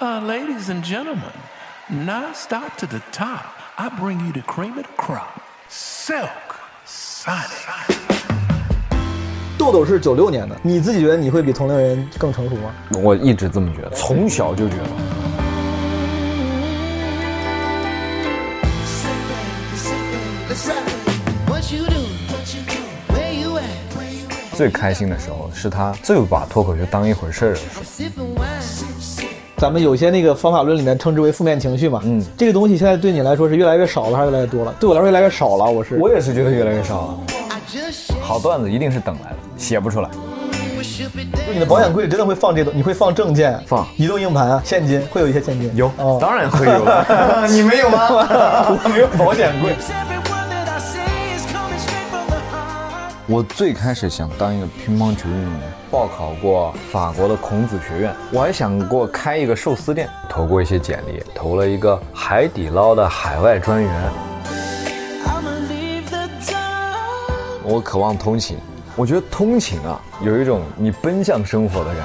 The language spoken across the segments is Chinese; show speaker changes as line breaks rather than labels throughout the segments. Uh, ladies and gentlemen, nonstop to the top, I bring you the cream of the crop. Silk Sonic.
豆豆是九六年的，你自己觉得你会比同龄人更成熟吗？
我一直这么觉得，从小就觉得。最开心的时候是他最不把脱口秀当一回事儿的时候。
咱们有些那个方法论里面称之为负面情绪嘛，嗯，这个东西现在对你来说是越来越少了，还是越来越多了？对我来说越来越少了，我是
我也是觉得越来越少了。好段子一定是等来的，写不出来。
你的保险柜真的会放这东，你会放证件，
放
移动硬盘、啊现金，会有一些现金，
有，
哦
当然会 有了。你没有吗？我没有保险柜。
Everyone that I see is coming straight from the heart.
我最开始想当一个乒乓球运动员，报考过法国的孔子学院，我还想过开一个寿司店，投过一些简历，投了一个海底捞的海外专员。
I'ma leave the town.
我渴望通勤，我觉得通勤啊，有一种你奔向生活的感觉。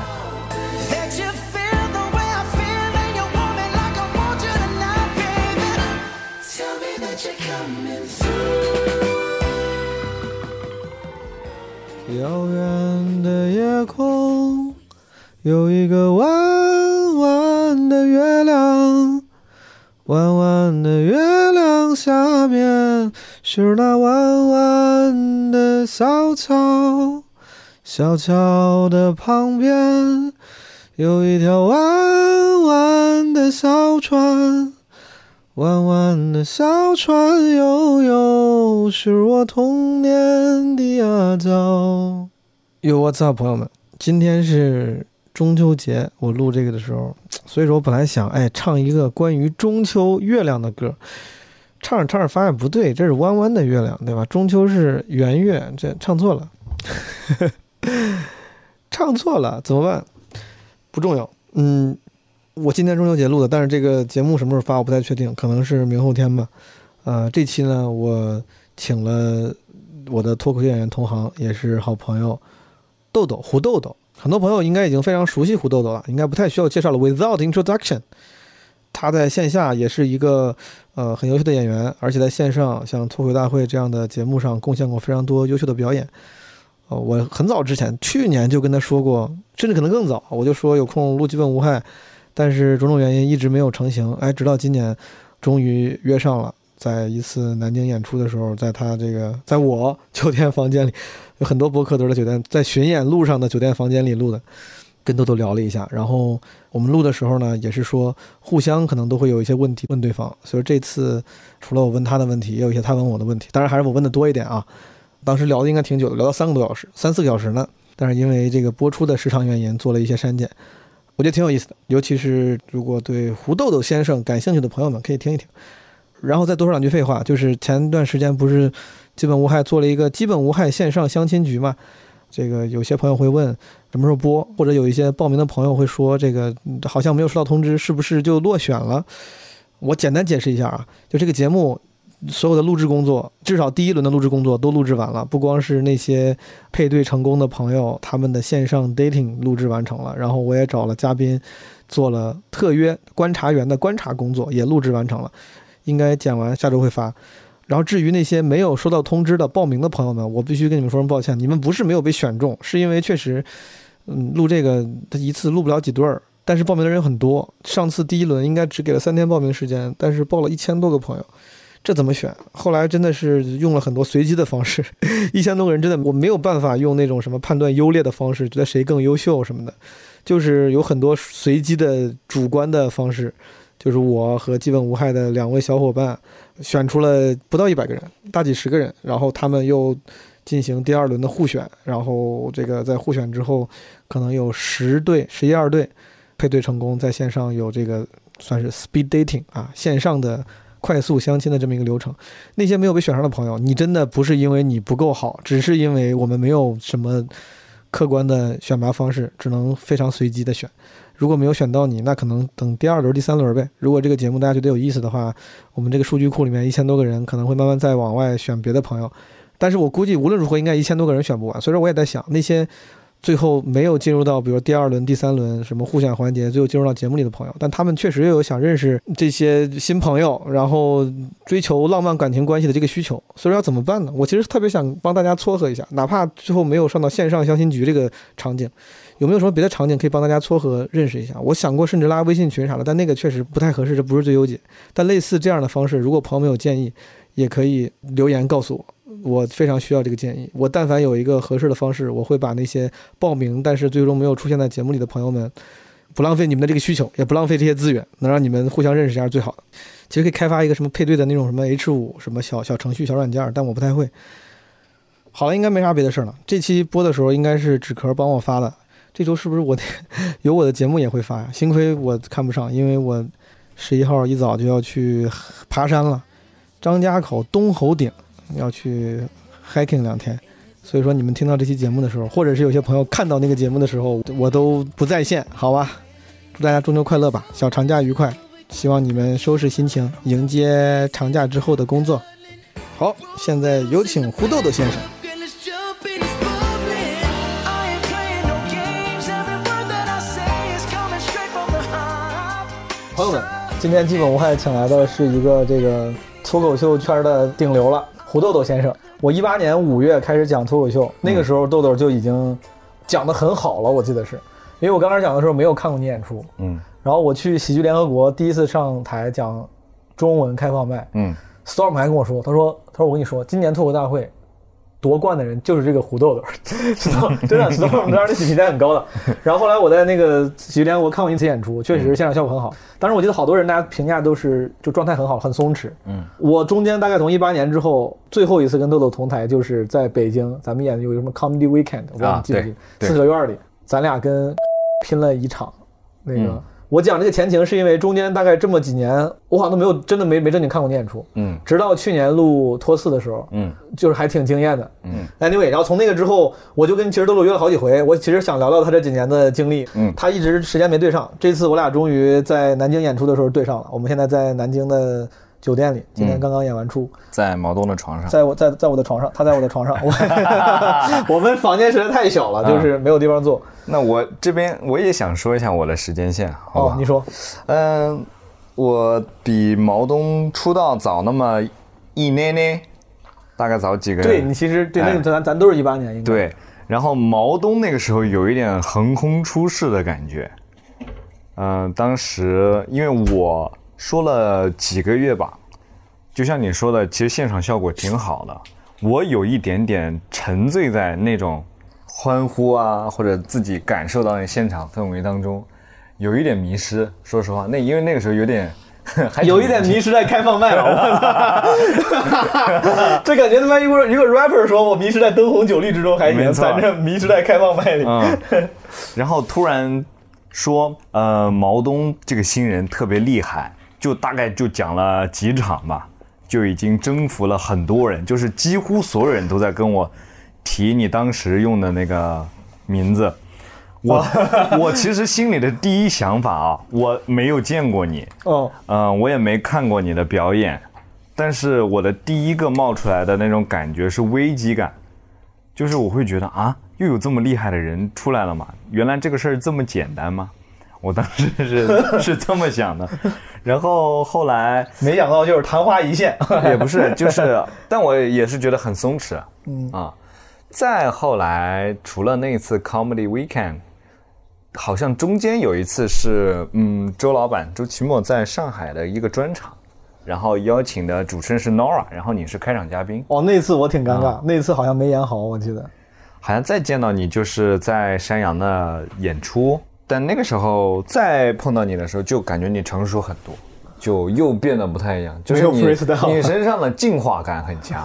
That you feel the way I feel and you want me like I want you tonight, baby. Tell me that you're coming through.
遥远的夜空有一个弯弯的月亮，弯弯的月亮下面是那弯弯的小桥，小桥的旁边有一条弯弯的小船，弯弯的小船悠悠，是我童年的阿娇。哟，我操，朋友们，今天是中秋节，我录这个的时候，所以说我本来想，哎，唱一个关于中秋月亮的歌，唱着唱着发现不对，这是弯弯的月亮，对吧？中秋是圆月，这唱错了， 唱错了怎么办？不重要，嗯，我今天中秋节录的，但是这个节目什么时候发我不太确定，可能是明后天吧。呃，这期呢，我请了我的脱口秀演员同行，也是好朋友豆豆胡豆豆。很多朋友应该已经非常熟悉胡豆豆了，应该不太需要介绍了。Without introduction，他在线下也是一个呃很优秀的演员，而且在线上像脱口大会这样的节目上贡献过非常多优秀的表演。呃，我很早之前去年就跟他说过，甚至可能更早，我就说有空录基本无害。但是种种原因一直没有成型。哎，直到今年，终于约上了，在一次南京演出的时候，在他这个，在我 酒店房间里，有很多博客都是在酒店，在巡演路上的酒店房间里录的，跟豆豆聊了一下。然后我们录的时候呢，也是说互相可能都会有一些问题问对方，所以这次除了我问他的问题，也有一些他问我的问题，当然还是我问的多一点啊。当时聊的应该挺久的，聊到三个多小时，三四个小时呢。但是因为这个播出的时长原因，做了一些删减。我觉得挺有意思的，尤其是如果对胡豆豆先生感兴趣的朋友们可以听一听。然后再多说两句废话，就是前段时间不是基本无害做了一个基本无害线上相亲局嘛？这个有些朋友会问什么时候播，或者有一些报名的朋友会说这个嗯好像没有收到通知，是不是就落选了？我简单解释一下啊，就这个节目所有的录制工作，至少第一轮的录制工作都录制完了，不光是那些配对成功的朋友，他们的线上 dating 录制完成了，然后我也找了嘉宾，做了特约观察员的观察工作，也录制完成了，应该剪完下周会发。然后至于那些没有收到通知的报名的朋友们，我必须跟你们说声抱歉，你们不是没有被选中，是因为确实，嗯，录这个它一次录不了几对儿，但是报名的人很多。上次第一轮应该只给了三天报名时间，但是报了一千多个朋友。这怎么选？后来真的是用了很多随机的方式， 一千多个人真的我没有办法用那种什么判断优劣的方式，觉得谁更优秀什么的，就是有很多随机的主观的方式，就是我和基本无害的两位小伙伴选出了不到一百个人，大几十个人，然后他们又进行第二轮的互选，然后这个在互选之后，可能有十对、十一二对配对成功，在线上有这个算是 speed dating 啊，线上的快速相亲的这么一个流程。那些没有被选上的朋友，你真的不是因为你不够好，只是因为我们没有什么客观的选拔方式，只能非常随机的选。如果没有选到你，那可能等第二轮、第三轮呗。如果这个节目大家觉得有意思的话，我们这个数据库里面一千多个人可能会慢慢再往外选别的朋友。但是我估计无论如何应该一千多个人选不完，所以说我也在想那些最后没有进入到比如第二轮、第三轮什么互选环节，最后进入到节目里的朋友，但他们确实也有想认识这些新朋友，然后追求浪漫感情关系的这个需求。所以说要怎么办呢？我其实特别想帮大家撮合一下，哪怕最后没有上到线上相亲局这个场景，有没有什么别的场景可以帮大家撮合认识一下？我想过甚至拉微信群啥的，但那个确实不太合适，这不是最优解。但类似这样的方式，如果朋友们有建议，也可以留言告诉我。我非常需要这个建议。我但凡有一个合适的方式，我会把那些报名但是最终没有出现在节目里的朋友们，不浪费你们的这个需求，也不浪费这些资源，能让你们互相认识一下是最好的。其实可以开发一个什么配对的那种什么 H 五什么小小程序、小软件儿，但我不太会。好了，应该没啥别的事儿了。这期播的时候应该是纸壳帮我发的，这周是不是我的 有我的节目也会发呀？幸亏我看不上，因为我十一号一早就要去爬山了，张家口东侯顶要去 hiking 两天，所以说你们听到这期节目的时候，或者是有些朋友看到那个节目的时候，我都不在线，好吧？祝大家中秋快乐吧，小长假愉快，希望你们收拾心情，迎接长假之后的工作。好，现在有请胡豆豆先生。
And let's jump in this public. I ain't playing no games. Every word that I say is coming straight from the heart.
朋友们，今天基本无害请来的是一个这个脱口秀圈的顶流了，胡豆豆先生。我一八年五月开始讲脱口秀，那个时候豆豆就已经讲得很好了，我记得是，因为我刚开始讲的时候没有看过你演出，
嗯
然后我去喜剧联合国第一次上台讲中文开放麦
嗯，
，Storm 还跟我说，他说他说我跟你说，今年脱口大会夺冠的人就是这个胡豆豆， 知道真的，知道我们当时那比赛很高的。然后后来我在那个喜剧联合国看过一次演出，确实现场效果很好。当时我记得好多人大家评价都是就状态很好，很松弛。
嗯，
我中间大概从一八年之后最后一次跟豆豆同台，就是在北京咱们演的有一个什么 Comedy Weekend，我忘了
啊
记不记
对
得，
对
四合院里，咱俩跟 拼了一场，那个。
嗯
我讲这个前情是因为中间大概这么几年，我好像都没有真的没没正经看过你演出，
嗯
直到去年录托四的时候，
嗯
就是还挺惊艳的。
嗯
，anyway，然后从那个之后，我就跟其实豆豆约了好几回，我其实想聊聊他这几年的经历。
嗯
他一直时间没对上，这次我俩终于在南京演出的时候对上了。我们现在在南京的酒店里，今
嗯
天刚刚演完出，
在毛东的床上，
在我在在我的床上，他在我的床上， 我我们房间实在太小了，
嗯
就是没有地方坐。
那我这边我也想说一下我的时间线，好
哦
吧？，
你说，
嗯，我比毛东出道早那么一捏捏，大概早几个月。
对你其实对那种
哎
咱咱都是一八年，应该
对。然后毛东那个时候有一点横空出世的感觉。嗯、当时因为我说了几个月吧，就像你说的，其实现场效果挺好的。我有一点点沉醉在那种欢呼啊，或者自己感受到那现场氛围当中，有一点迷失。说实话，那因为那个时候有点， 还挺
有一点迷失在开放 麦了，我操！这感觉他妈一个一个 rapper 说我迷失在灯红酒绿之中还行，
没错
反正迷失在开放麦里。
嗯，然后突然说，呃，毛东这个新人特别厉害，就大概就讲了几场吧，就已经征服了很多人，就是几乎所有人都在跟我提你当时用的那个名字。我 我其实心里的第一想法啊，我没有见过你，
哦，
嗯，我也没看过你的表演，但是我的第一个冒出来的那种感觉是危机感，就是我会觉得啊，又有这么厉害的人出来了嘛，原来这个事儿这么简单吗？我当时是 是这么想的，然后后来
没想到就是昙花一现。
也不是，就是，但我也是觉得很松弛，嗯啊。再后来，除了那一次 Comedy Weekend，好像中间有一次是，嗯，周老板周奇墨在上海的一个专场，然后邀请的主持人是 Nora，然后你是开场嘉宾，
哦，那次我挺
啊
尴尬，那次好像没演好，我 记得。
好像再见到你就是在山羊的演出，但那个时候再碰到你的时候，就感觉你成熟很多，就又变得不太一样，就是
没有
你
freestyle
你身上的进化感很 强，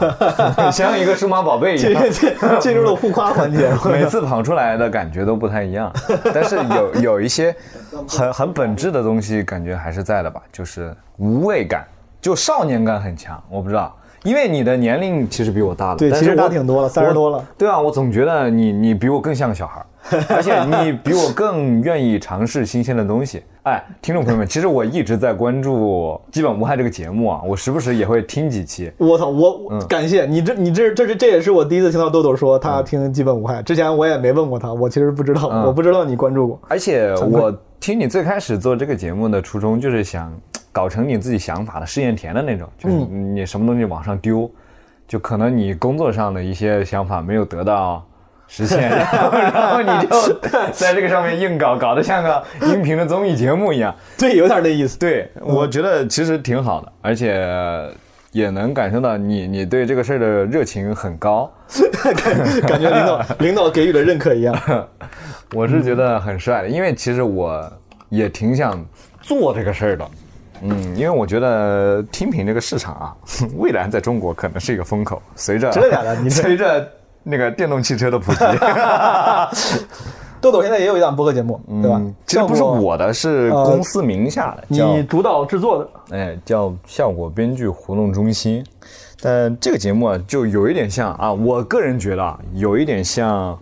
像一个数码宝贝一
进
样。
进进入了互夸环 节。
每次跑出来的感觉都不太一样，但是有有一些很很本质的东西，感觉还是在的吧，就是无畏感，就少年感很强。我不知道，因为你的年龄其实比我大了，
对
但是
其实大
我
挺多了
我
30多了
对啊，我总觉得你你比我更像个小孩儿。而且你比我更愿意尝试新鲜的东西。哎，听众朋友们，其实我一直在关注《基本无害》这个节目啊，我时不时也会听几期。
我操，我我
嗯
感谢你这你这这这这也是我第一次听到豆豆说他听基本无害，
嗯
之前我也没问过他，我其实不知道，我不知道你关注过。
而且我听你最开始做这个节目的初衷，就是想搞成你自己想法的试验田的那种，就是你什么东西往上丢，就可能你工作上的一些想法没有得到实现，然后然后你就在这个上面硬搞，搞得像个音频的综艺节目一样。
对，有点那意思。
对，我觉得其实挺好的，而且也能感受到你你对这个事儿的热情很高。
感觉领导领导给予了认可一样。
我是觉得很帅的，
嗯
因为其实我也挺想做这个事儿的。嗯，因为我觉得听评这个市场啊， 未来在中国可能是一个风口，随着
真的 假的你这
随着那个电动汽车 的普及，
豆豆现在也有一档播客节目，对吧
嗯？其实不是
效果，
我的，是公司名下的，叫
呃你主导制作的。
哎，叫效果编剧活动中心。但这个节目啊，就有一点像啊，我个人觉得啊，有一点像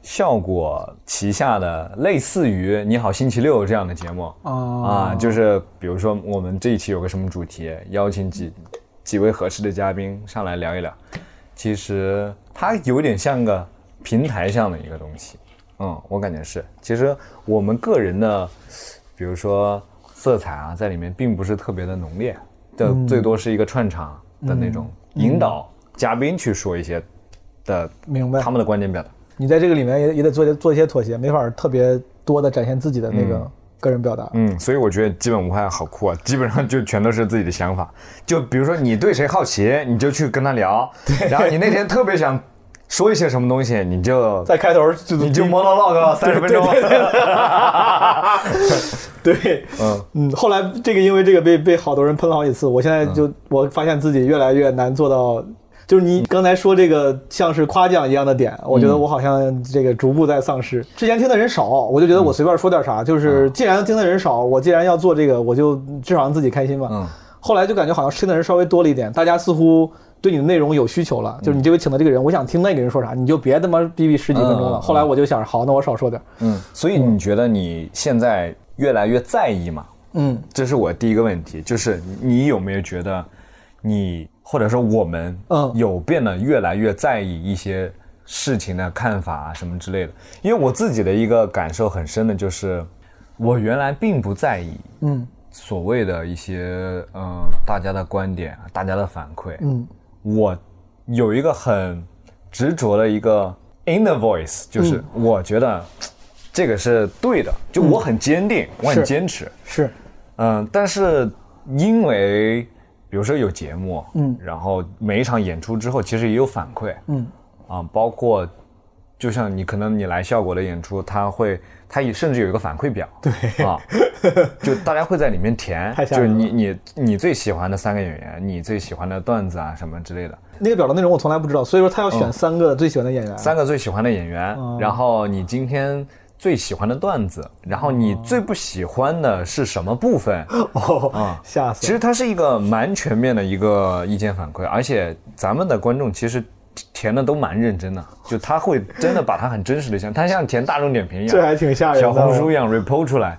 效果旗下的类似于《你好星期六》这样的节目、啊，就是比如说我们这一期有个什么主题，邀请几几位合适的嘉宾上来聊一聊。其实它有点像个平台上的一个东西，嗯，我感觉是。其实我们个人的，比如说色彩啊，在里面并不是特别的浓烈，这
嗯
最多是一个串场的那种，引导嘉宾去说一些的
明白
他们的观点表达。
你在这个里面也也得做些做一些妥协，没法特别多的展现自己的那个个人表达。
嗯，所以我觉得基本无害好酷啊，基本上就全都是自己的想法。就比如说你对谁好奇，你就去跟他聊，然后你那天特别想说一些什么东西，你就
在开头就
你就 monologue 三十分钟。
对，
嗯
嗯，后来这个因为这个被被好多人喷了好几次，我现在
嗯
就、我发现自己越来越难做到，就是你刚才说这个像是夸奖一样的点，我
嗯
觉得我好像这个逐步在丧失。之前听的人少，我就觉得
嗯
我随便说点啥，就是既然听的人少，我既然要做这个，我就至少让自己开心吧。
嗯
后来就感觉好像听的人稍微多了一点，大家似乎对你的内容有需求了，
嗯
就是你这回请的这个人，我想听那个人说啥，你就别他妈逼逼十几分钟
嗯
了。
嗯嗯
后来我就想，好，那我少说点。
嗯，所以你觉得你现在越来越在意吗？
嗯，
这是我第一个问题，就是你有没有觉得你或者说我们
嗯
有变得越来越在意一些事情的看法啊什么之类的？因为我自己的一个感受很深的就是，我原来并不在意，
嗯，
所谓的一些嗯、呃大家的观点啊，大家的反馈，
嗯，
我有一个很执着的一个 inner
嗯
voice，就是我觉得这个是对的，就我很坚定，我很
嗯是
坚持，
是，
嗯，但是因为比如说有节目，
嗯
然后每一场演出之后，其实也有反馈，
嗯
啊，包括就像你可能你来效果的演出，他会他也甚至有一个反馈表，对啊，就大家会在里面填，
太
就
吓
是
人
你你你最喜欢的三个演员，你最喜欢的段子啊什么之类的，
那个表达内容我从来不知道，所以说他要选三个最喜欢的演员。
嗯三个最喜欢的演员，
哦
然后你今天最喜欢的段子，然后你最不喜欢的是什么部分？
哦，吓
嗯其
死了！
实它是一个蛮全面的一个意见反馈，而且咱们的观众其实填的都蛮认真的，就他会真的把他很真实的想，他像填大众点评一样，
这还挺吓人的。哦
小红书一样 report 出来。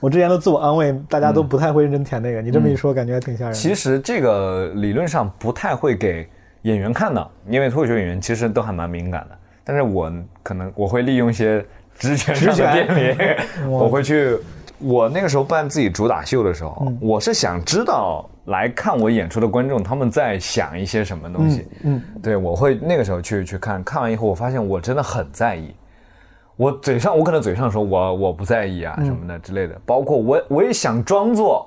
我之前都自我安慰，大家都不太会认真填那个。你这么一说，感觉还挺吓人的。
嗯其实这个理论上不太会给演员看的，因为脱口秀演员其实都还蛮敏感的。但是我可能我会利用一些职权上的
职权
便利， 我会去。我那个时候办自己主打秀的时候，我是想知道来看我演出的观众他们在想一些什么东西。嗯，对，我会那个时候去去看看完以后，我发现我真的很在意。我嘴上我可能嘴上说我我不在意啊
嗯
什么的之类的，包括我我也想装作，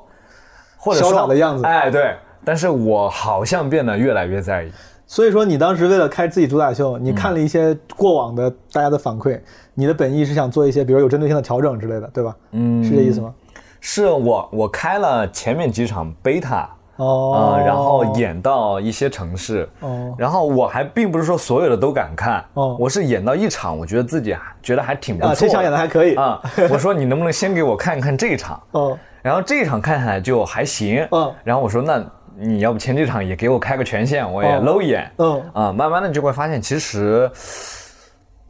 或者说
潇洒的样子
哎对，但是我好像变得越来越在意，
所以说，你当时为了开自己主打秀，
嗯
你看了一些过往的大家的反馈，你的本意是想做一些，比如有针对性的调整之类的，对吧？嗯，是这意思吗？
是我我开了前面几场 beta。
哦
啊、然后演到一些城市，
哦
然后我还并不是说所有的都敢看，
哦
我是演到一场，我觉得自己啊觉得还挺不错
啊，这场演的还可以。
啊，我说你能不能先给我看看这一场，
哦，
然后这一场看下来就还行，
嗯
然后我说那你要不前这场也给我开个权限，我也
哦
搂一眼，
嗯
啊，慢慢的就会发现其实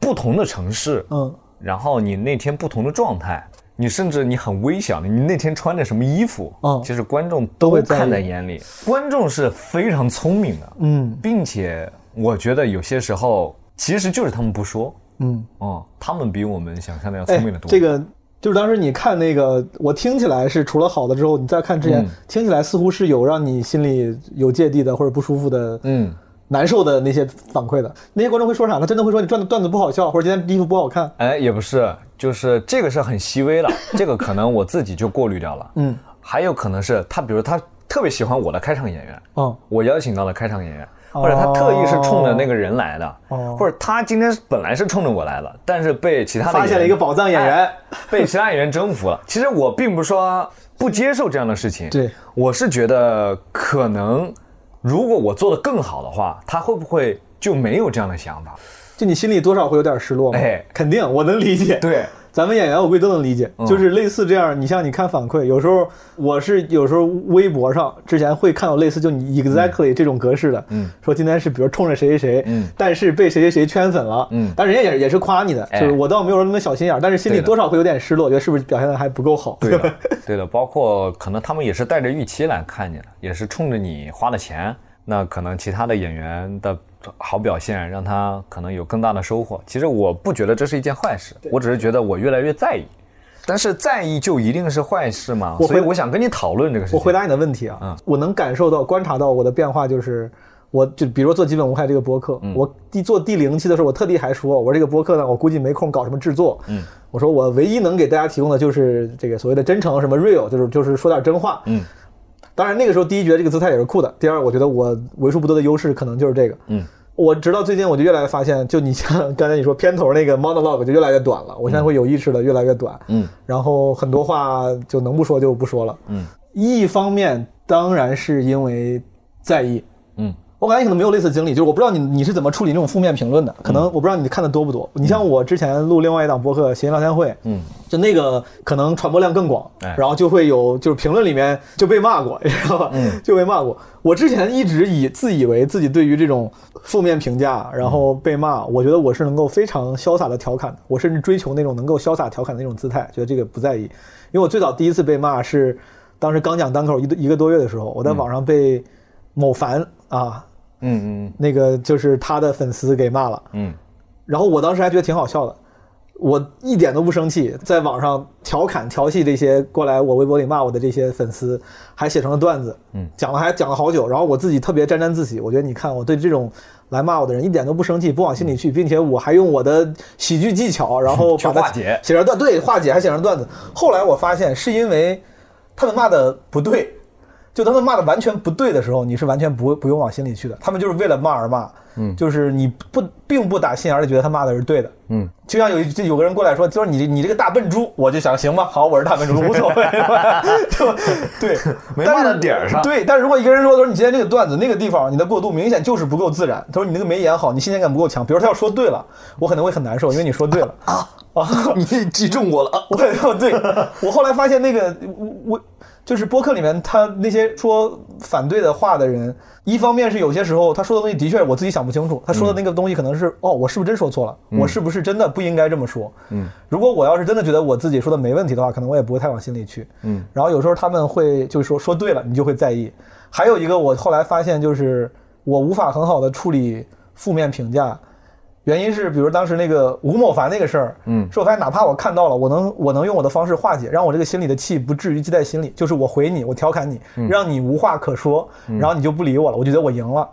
不同的城市，
嗯，
然后你那天不同的状态，你甚至你很微小的，你那天穿的什么衣服，
嗯
其实观众
都会在意
看在眼里。观众是非常聪明的，
嗯
并且我觉得有些时候其实就是他们不说，
嗯，
嗯，他们比我们想象的要
哎
聪明的，多。
这个就是当时你看那个，我听起来是除了好的之后，你再看之前，
嗯
听起来似乎是有让你心里有芥蒂的或者不舒服的，
嗯，
难受的那些反馈的。那些观众会说啥呢？真的会说你段子段子不好笑，或者今天衣服不好看。
哎，也不是，就是这个是很细微了，这个可能我自己就过滤掉了。
嗯，
还有可能是他，比如他特别喜欢我的开场演员，
哦
我邀请到了开场演员，或者他特意是冲着那个人来的，
哦
或者他今天本来是冲着我来的，但是被其他的
发现了一个宝藏演员
哎被其他演员征服了。其实我并不是说不接受这样的事情，
对
我是觉得可能如果我做的更好的话，他会不会就没有这样的想法？
就你心里多少会有点失落嘛？
哎
肯定，我能理解。
对，
咱们演员我估计都能理
嗯
解，就是类似这样。你像你看反馈，有时候我是有时候微博上之前会看到类似就你 exactly 这种格式的，
嗯
说今天是比如冲着谁谁谁，
嗯
但是被谁谁谁圈粉了，
嗯
但人家也也是夸你的，
哎
就是我倒没有那么小心眼儿，但是心里
对的
多少会有点失落，觉得是不是表现的还不够好？
对的， 对的，包括可能他们也是带着预期来看你的，也是冲着你花的钱。那可能其他的演员的好表现，让他可能有更大的收获。其实我不觉得这是一件坏事，我只是觉得我越来越在意。但是在意就一定是坏事吗？
我
所以
回
我想跟你讨论这个事情。
我回答你的问题啊，
嗯
我能感受到、观察到我的变化，就是我就比如说做基本无害这个播客，
嗯
我第做第零期的时候，我特地还说，我说这个播客呢，我估计没空搞什么制作，嗯，我说我唯一能给大家提供的就是这个所谓的真诚，什么 real，就是就是说点真话，
嗯。
当然，那个时候第一觉得这个姿态也是酷的，第二我觉得我为数不多的优势可能就是这个。
嗯，
我直到最近我就越来越发现，就你像刚才你说片头那个 monologue 就越来越短了，我现在会有意识的越来越短。
嗯，
然后很多话就能不说就不说了。
嗯，
一方面当然是因为在意，
嗯
我感觉可能没有类似经历，就是我不知道你你是怎么处理那种负面评论的，可
嗯
能我不知道你看的多不多。你像我之前录另外一档播客《闲聊天会》，
嗯，
就那个可能传播量更广，
哎
然后就会有就是评论里面就被骂过，你知道吧？嗯，就被骂过。我之前一直以自以为自己对于这种负面评价，然后被骂，我觉得我是能够非常潇洒的调侃的，我甚至追求那种能够潇洒调侃的那种姿态，觉得这个不在意。因为我最早第一次被骂是当时刚讲单口一个一个多月的时候，我在网上被某凡啊
嗯嗯
那个就是他的粉丝给骂了，
嗯，
然后我当时还觉得挺好笑的，我一点都不生气，在网上调侃调戏这些过来我微博里骂我的这些粉丝，还写成了段子，
嗯
讲了还讲了好久，然后我自己特别沾沾自喜，我觉得你看我对这种来骂我的人一点都不生气，不往心里去，并且我还用我的喜剧技巧，然后
嗯 去
把它
化解
写成段，对，化解还写成段子。后来我发现是因为他们骂的不对。就他们骂的完全不对的时候，你是完全不不用往心里去的。他们就是为了骂而骂，嗯，就是你不并不打心眼儿里觉得他骂的是对的，
嗯，
就像有一就有个人过来说，就是你你这个大笨猪，我就想行吧，好，我是大笨猪，无所谓， 就对，
没
但是
骂到点儿上
对，但是如果一个人说，他说你今天这个段子那个地方你的过渡明显就是不够自然，他说你那个没演好，你新鲜感不够强，比如他要说对了，我可能会很难受，因为你说对 了啊 啊，
嗯，你击中我了。
我对我后来发现那个我我就是播客里面他那些说反对的话的人，一方面是有些时候他说的东西的确我自己想不清楚，他说的那个东西可能是、哦我是不是真说错了，我是不是真的不应该这么说？嗯，如果我要是真的觉得我自己说的没问题的话，可能我也不会太往心里去。
嗯，
然后有时候他们会就是说说对了，你就会在意。还有一个我后来发现就是我无法很好的处理负面评价，原因是，比如当时那个吴某凡那个事儿，
嗯
是我发现哪怕我看到了，我能我能用我的方式化解，让我这个心里的气不至于积在心里，就是我回你，我调侃你，让你无话可说，然后你就不理我了，我就觉得我赢了。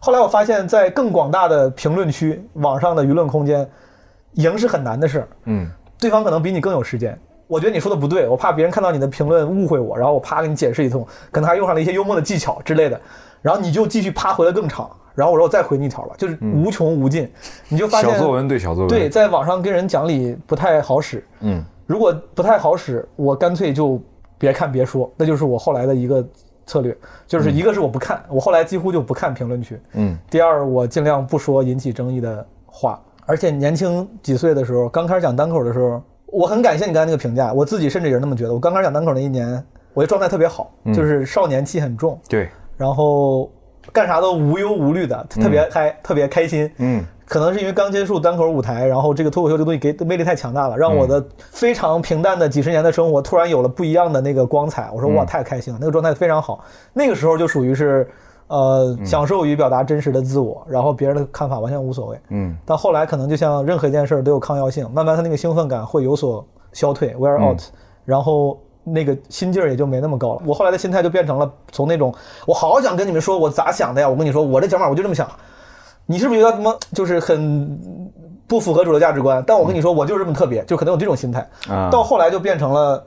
后来我发现，在更广大的评论区、网上的舆论空间，赢是很难的事儿，
嗯
对方可能比你更有时间。我觉得你说的不对，我怕别人看到你的评论误会我，然后我啪给你解释一通，可能还用上了一些幽默的技巧之类的，然后你就继续啪回的更长，然后我说我再回你一条吧，就是无穷无尽，你就发现
小作文对小作文。
对，，在网上跟人讲理不太好使，
嗯
如果不太好使，我干脆就别看别说，那就是我后来的一个策略，就是一个是我不看，我后来几乎就不看评论区，
嗯
第二，我尽量不说引起争议的话。而且年轻几岁的时候，刚开始讲单口的时候，我很感谢你刚才那个评价，我自己甚至也是那么觉得。我刚开始讲单口那一年，我的状态特别好，就是少年气很重，
对，
然后干啥都无忧无虑的，特别嗨，特别开心。
嗯，
可能是因为刚接触单口舞台，然后这个脱口秀这个东西给魅力太强大了，让我的非常平淡的几十年的生活突然有了不一样的那个光彩。我说哇，太开心了，那个状态非常好。那个时候就属于是，呃，享受于表达真实的自我，然后别人的看法完全无所谓。
嗯，
但后来可能就像任何一件事儿都有抗药性，慢慢他那个兴奋感会有所消退，wear out，、然后那个心劲儿也就没那么高了。我后来的心态就变成了从那种我好想跟你们说我咋想的呀，我跟你说我这想法我就这么想，你是不是觉得他妈就是很不符合主流价值观？但我跟你说我就是这么特别，就可能有这种心态。
啊
到后来就变成了。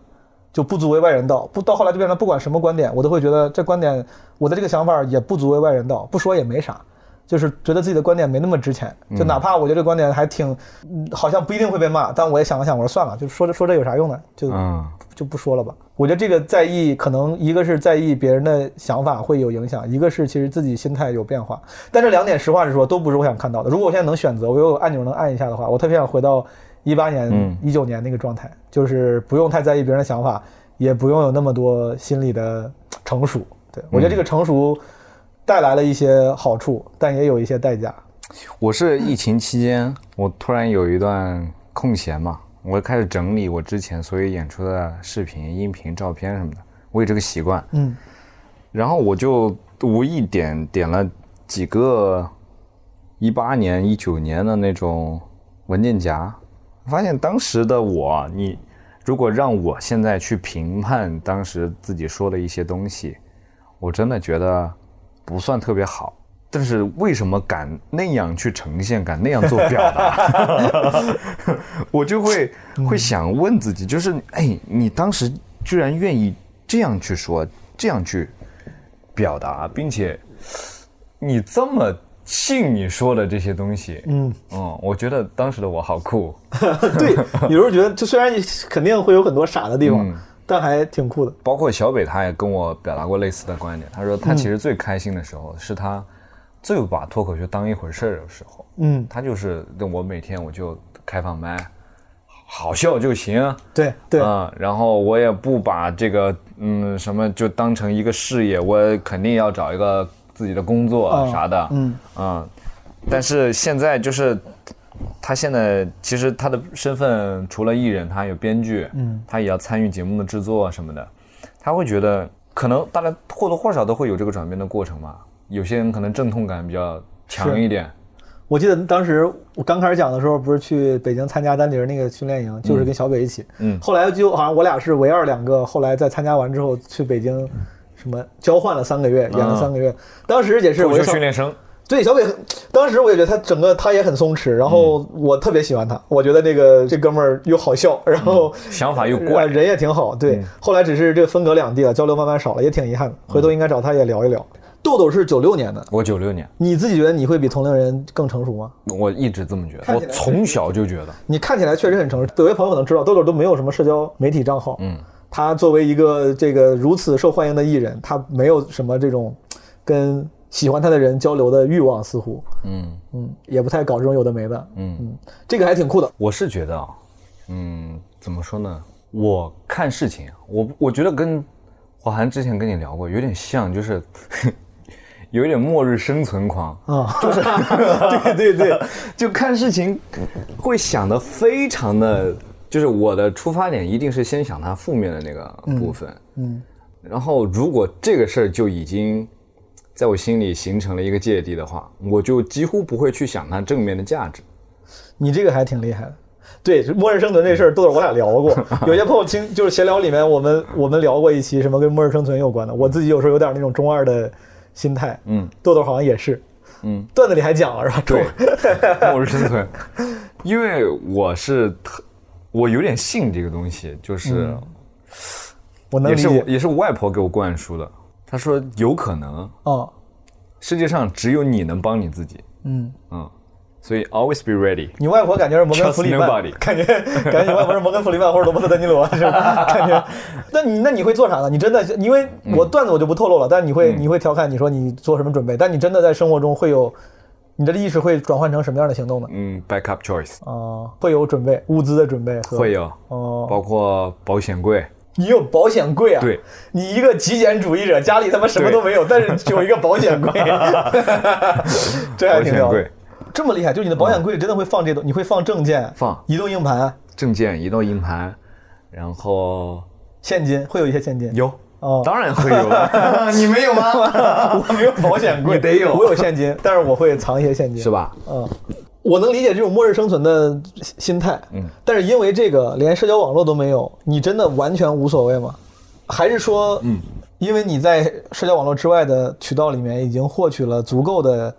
就不足为外人道，不到后来就变成不管什么观点，我都会觉得这观点，我的这个想法也不足为外人道，不说也没啥，就是觉得自己的观点没那么值钱，就哪怕我觉得这观点还挺，嗯好像不一定会被骂，但我也想了想，我说算了，就说这说这有啥用呢？就、
嗯
就不说了吧。我觉得这个在意，可能一个是在意别人的想法会有影响，一个是其实自己心态有变化。但这两点，实话实说，都不是我想看到的。如果我现在能选择，我有按钮能按一下的话，我特别想回到一八年
嗯、
一九年那个状态，就是不用太在意别人的想法，也不用有那么多心理的成熟。对我觉得这个成熟带来了一些好处，但也有一些代价。
我是疫情期间，我突然有一段空闲嘛，我开始整理我之前所有演出的视频、音频、照片什么的，我有这个习惯。
嗯
然后我就无意点点了几个一八年、一九年的那种文件夹，发现当时的我，你如果让我现在去评判当时自己说的一些东西，我真的觉得不算特别好。但是为什么敢那样去呈现，敢那样做表达？ 我就会会想问自己，就是哎，你当时居然愿意这样去说，这样去表达，并且你这么信你说的这些东西，
嗯，
嗯，我觉得当时的我好酷，
对，有时候觉得这虽然肯定会有很多傻的地方，
嗯
但还挺酷的。
包括小北他也跟我表达过类似的观点，他说他其实最开心的时候是他最不把脱口秀当一回事儿的时候，
嗯，
他就是我每天我就开放麦，好笑就行。
对对，
嗯，然后我也不把这个嗯什么就当成一个事业，我肯定要找一个自己的工作
嗯
啥的，
嗯
嗯，但是现在就是他现在其实他的身份除了艺人，他有编剧，嗯，他也要参与节目的制作什么的，他会觉得可能大家或多或少都会有这个转变的过程嘛，有些人可能阵痛感比较强
是
一点，
我记得当时我刚开始讲的时候，不是去北京参加丹林那个训练营，就是跟小北一起。
嗯
后来就好像我俩是唯二两个，后来在参加完之后去北京，什么交换了三个月，演了三个月。当时也是
脱
我
口
就
秀
上
啊训练生，
对小北很，当时我也觉得他整个他也很松弛，然
嗯
后我特别喜欢他，我觉得这个这哥们儿又好笑，然后、
想法又
呃
嗯怪，嗯
人也挺好。对，后来只是这分隔两地了，交流慢慢少了，也挺遗憾的。回
嗯
头应该找他也聊一聊。豆豆是九六年的，
我九六年，
你自己觉得你会比同龄人更成熟吗？
我一直这么觉得，
看
我
起来是
从小就觉得。
你看起来确实很成熟，有些朋友可能知道，豆豆都没有什么社交媒体账号。
嗯，
他作为一个这个如此受欢迎的艺人，他没有什么这种跟喜欢他的人交流的欲望，似乎，
嗯
嗯，也不太搞这种有的没的。
嗯，
嗯，这个还挺酷的。
我是觉得啊，嗯，怎么说呢？我看事情啊，我我觉得跟华涵之前跟你聊过，有点像，就是 有一点末日生存狂，
啊、
就是 对对对，就看事情会想的非常的，就是我的出发点一定是先想它负面的那个部分，
嗯
然后如果这个事儿就已经在我心里形成了一个芥蒂的话，我就几乎不会去想它正面的价值。
你这个还挺厉害的。对，末日生存这事儿，豆豆我俩聊 过。有些朋友听就是闲聊里面，我们我们聊过一期什么跟末日生存有关的。我自己有时候有点那种中二的心态，
嗯，
豆豆好像也是。
嗯，
段子里还讲了是吧？
对，末日生存。因为我是特，我有点信这个东西，就是、
我嗯能
也
理
是
解。
我也是我外婆给我灌输的。她说有可能
哦，
世界上只有你能帮你自己，
嗯，
嗯，所以 always be ready。
你外婆感觉是摩根弗里曼
Trust nobody
感觉感觉你外婆是摩根弗里曼或者罗伯特丹尼罗，是吧？ 感觉。那你那你会做啥呢？你真的是因为
嗯
我段子我就不透露了，但你会你会调侃你说你做什么准备，但你真的在生活中会有你的意识会转换成什么样的行动呢？
嗯，backup choice
啊、会有准备，物资的准备和
会有，
哦
包括保险柜，
你有保险柜啊？
对，
你一个极简主义者，家里他妈什么
对
都没有，但是只有一个保险 柜，这还
保
挺
险
屌的
柜。、嗯
这么厉害，就是你的保险柜里真的会放这东，你会放证件、
放
移动硬盘、啊
证件、移动硬盘，然后
现金，会有一些现金。
有
哦
当然会有了， 你没有吗？
我没有保险柜，
你得有
我有现金，但是我会藏一些现金，
是？吧？
嗯，我能理解这种末日生存的心心态，嗯，但是因为这个连社交网络都没有，你真的完全无所谓吗？还是说，嗯，因为你在社交网络之外的渠道里面已经获取了足够的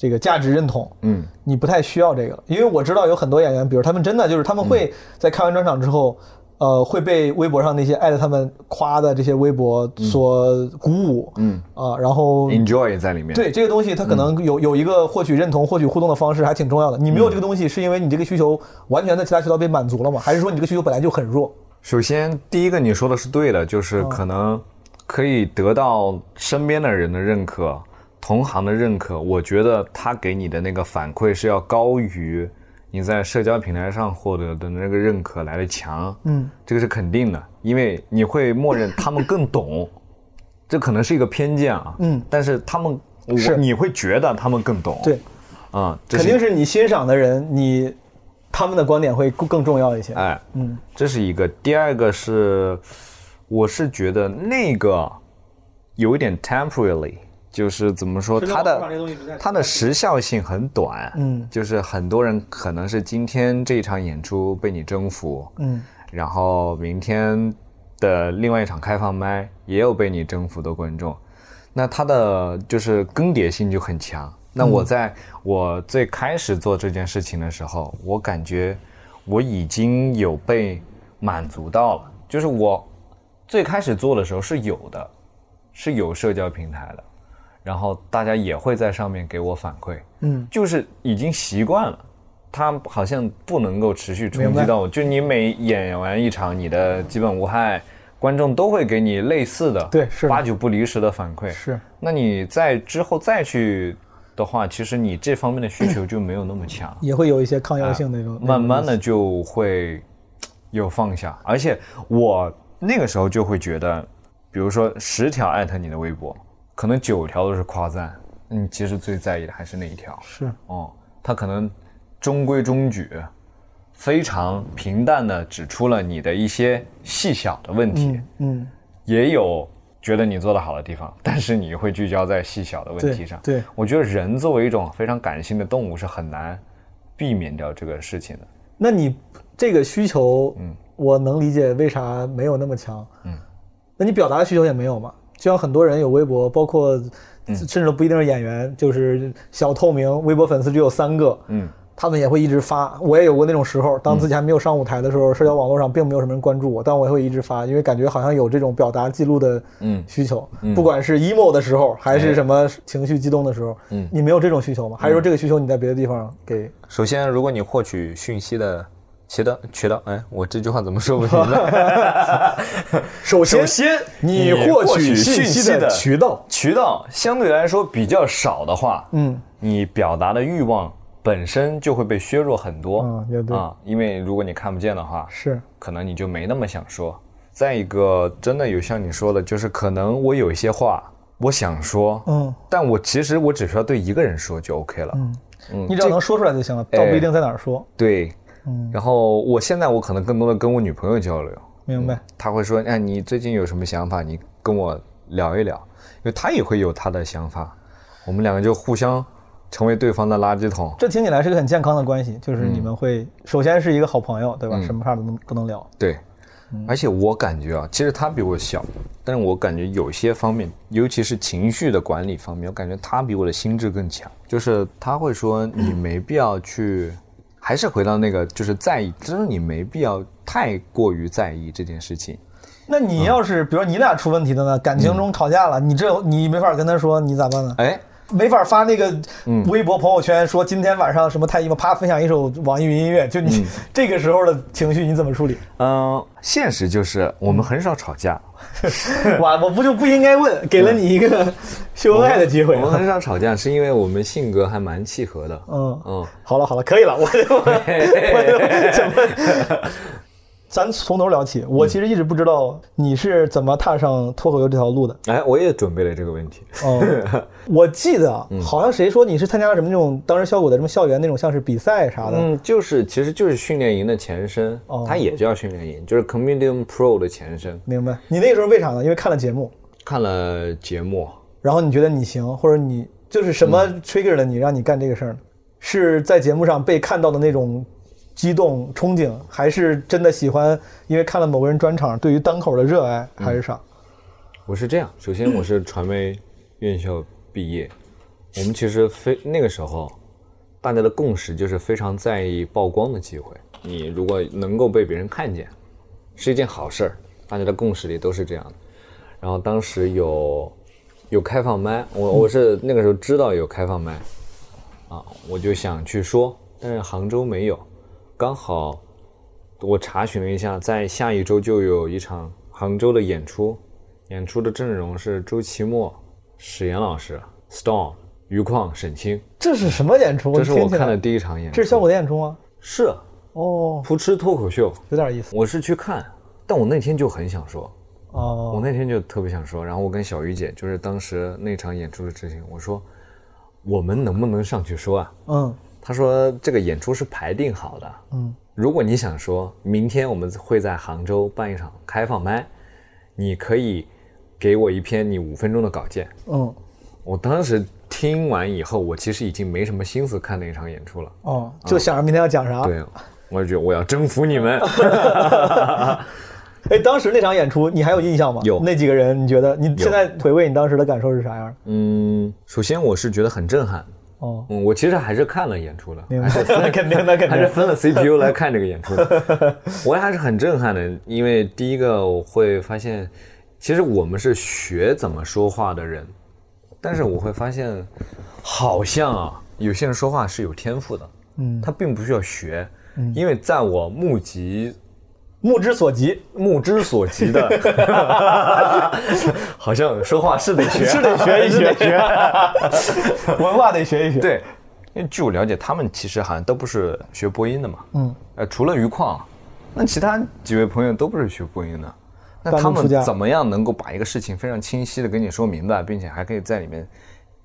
这个价值认同，
嗯，
你不太需要这个了，因为我知道有很多演员，比如他们真的就是他们会在看完专场之后，呃，会被微博上那些艾特他们夸的这些微博所鼓舞，嗯啊、然后
enjoy 在里面。
对这个东西，它可
嗯
能有有一个获取认同、获取互动的方式，还挺重要的。你没有这个东西，是因为你这个需求完全在其他渠道被满足了吗？还是说你这个需求本来就很弱？
首先，第一个你说的是对的，
嗯
就是可能可以得到身边的人的认可、同行的认可。我觉得他给你的那个反馈是要高于你在社交平台上获得的那个认可来的强。嗯，这个是肯定的，因为你会默认他们 更懂。这可能是一个偏见啊。嗯，但是他们，我
是
你会觉得他们更懂。
对，
啊、这
肯定是你欣赏的人，你他们的观点会更更重要一些。
哎，嗯，这是一个。第二个是，我是觉得那个有一点 temporarily，就是怎么说，它的它的时效性很短，嗯，就是很多人可能是今天这一场演出被你征服，嗯，然后明天的另外一场开放麦也有被你征服的观众，那它的就是更迭性就很强。那我在我最开始做这件事情的时候，我感觉我已经有被满足到了，就是我最开始做的时候是有的，是有社交平台的，然后大家也会在上面给我反馈，嗯，就是已经习惯了。它好像不能够持续冲
明白
击到我，就你每演完一场，你的基本无害，观众都会给你类似的，
对是的
八九不离十的反馈，
是。
那你在之后再去的话，其实你这方面的需求就没有那么强，
也会有一些抗药性哎的那种。
慢慢的就会有放下。而且我那个时候就会觉得，比如说十条艾特你的微博，可能九条都是夸赞，你其实最在意的还是那一条。
是
哦，他可能中规中矩，非常平淡的指出了你的一些细小的问题，
嗯嗯
也有觉得你做得好的地方，但是你会聚焦在细小的问题上。
对对
我觉得人作为一种非常感性的动物是很难避免掉这个事情的。
那你这个需求，我能理解为啥没有那么强。嗯，那你表达的需求也没有嘛？就像很多人有微博，包括甚至都不一定是演员，就是小透明微博粉丝只有三个。嗯。他们也会一直发，我也有过那种时候，当自
嗯
己还没有上舞台的时候，社交网络上并没有什么人关注我，但我也会一直发，因为感觉好像有这种表达记录的
嗯
需求，不管是 emo 的时候，还
哎
是什么情绪激动的时候，
嗯
你没有这种需求吗？还是说这个需求你在别的地方给
首先，如果你获取讯息的渠道渠道，哎，我这句话怎么说不 明白？
首先，
首先
你
你
获
获
取
取
信
信
息
息
的
的
渠道，
渠道相对来说比较少的话，
嗯，
你表达的欲望本身就会被削弱很多。
嗯也对
啊，因为如果你看不见的话，
是
可能你就没那么想说。再一个，真的有像你说的，就是可能我有一些话我想说，
嗯，
但我其实我只需要对一个人说就 OK 了，嗯，
你只要能说出来就行了，倒不一定在哪儿说，
对，
嗯
然后我现在我可能更多的跟我女朋友交流，
明白？
她会说，哎，你最近有什么想法？你跟我聊一聊，因为她也会有她的想法，我们两个就互相成为对方的垃圾桶，
这听起来是个很健康的关系，就是你们会首先是一个好朋友，对吧？什么事儿都能都能聊，
对，而且我感觉啊，其实他比我小，但是我感觉有些方面，尤其是情绪的管理方面，我感觉他比我的心智更强。就是他会说，你没必要去，还是回到那个，就是在意，就是你没必要太过于在意这件事情。
那你要是比如你俩出问题的呢，感情中吵架了，你这你没法跟他说，你咋办呢？
哎，
没法发那个微博朋友圈说今天晚上什么太 emo，啪分享一首网易云音乐，就你 这个时候的情绪你怎么处理？
嗯、现实就是我们很少吵架，
哇，我不就不应该问，给了你一个 秀恩爱的机会啊
我们很少吵架，是因为我们性格还蛮契合的。
嗯
嗯，
好了好了，可以了，我我我怎么？咱从头聊起。我其实一直不知道你是怎么踏上脱口秀这条路的。
哎，我也准备了这个问题。
哦，我记得啊好像谁说你是参加了什么那种当时效果的什么校园那种像是比赛啥的。
嗯，哦就是其实就是训练营的前身，它也叫训练营，就是 Comedian Pro 的前身。
明白。你那个时候为啥呢？因为看了节目，
看了节目，
然后你觉得你行，或者你就是什么 trigger 了你，让你干这个事儿呢？是在节目上被看到的那种激动憧憬，还是真的喜欢？因为看了某个人专场，对于单口的热爱，还是啥？
我是这样，首先我是传媒院校毕业，我们其实非那个时候大家的共识就是非常在意曝光的机会，你如果能够被别人看见，是一件好事儿，大家的共识里都是这样的。然后当时有有开放麦，我我是那个时候知道有开放麦，啊，我就想去说，但是杭州没有，刚好我查询了一下，在下一周就有一场杭州的演出，演出的阵容是周奇墨、史岩老师、Storm、余旷、沈清，
这是什么演出？
这是我
听起来
看的第一场演出。
这是效果的演出吗？
是
哦，
扑哧脱口秀，
有点意思
我是去看，但我那天就很想说，我
哦。
那天就特别想说，然后我跟小鱼姐，就是当时那场演出的执行，我说我们能不能上去说啊？
嗯，
她说这个演出是排定好的，嗯，如果你想说明天我们会在杭州办一场开放麦，你可以给我一篇你五分钟的稿件。
嗯，
我当时听完以后，我其实已经没什么心思看那场演出了。
哦，就想着明天要讲啥。
啊对，我就觉得我要征服你们。
哎，当时那场演出你还有印象吗？
有
那几个人，你觉得你现在回味你当时的感受是啥 样的？
嗯，首先我是觉得很震撼。
哦，
嗯，我其实还是看了演出的，
明白， 那肯定的，肯
还是
定。
分了 CPU 来看这个演出 的，我还是很震撼的，因为第一个我会发现，其实我们是学怎么说话的人，但是我会发现，好像啊，有些人说话是有天赋的，嗯，他并不需要学，
嗯
因为在我目及
目之所及，
目之所及的， 好像说话 是得学，
是得学一 学，学 文化得学一学。，
对，因为据我了解，他们其实好像都不是学播音的嘛。嗯。呃，除了余矿，那其他几位朋友都不是学播音的。那
半路
他
出
们
家
怎么样能够把一个事情非常清晰的跟你说明白，并且还可以在里面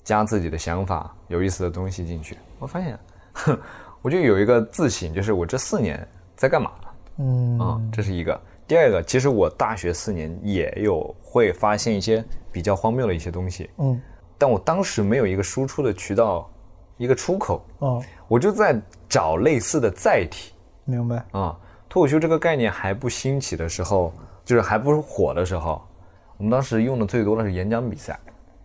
加自己的想法、有意思的东西进去？我发现，哼，我就有一个自省，就是我这四年在干嘛？嗯啊、这是一个。第二个，其实我大学四年也有会发现一些比较荒谬的一些东西，
嗯，
但我当时没有一个输出的渠道，一个出口，
哦，
我就在找类似的载体
明白。
啊。脱口秀这个概念还不兴起的时候，就是还不火的时候，我们当时用的最多的是演讲比赛。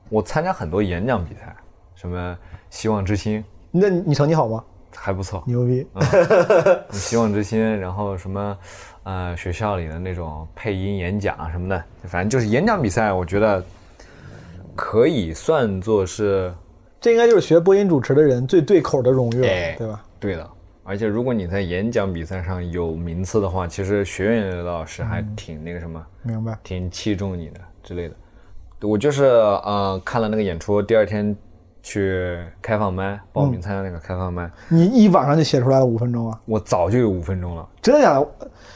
我参加很多演讲比赛，什么希望之星
那你你成绩好吗？
还不错，
牛逼。
希望之星，然后什么，呃，学校里的那种配音演讲啊什么的，反正就是演讲比赛，我觉得可以算作是
这应该就是学播音主持的人最对口的荣誉
哎
了，对吧？
对的。而且如果你在演讲比赛上有名次的话，其实学院的老师还挺那个什么，
明白。
挺器重你的之类的。我就是呃看了那个演出，第二天去开放麦报名参加那个开放麦，
你一晚上就写出来了五分钟啊？
我早就有五分钟了。
真的假的？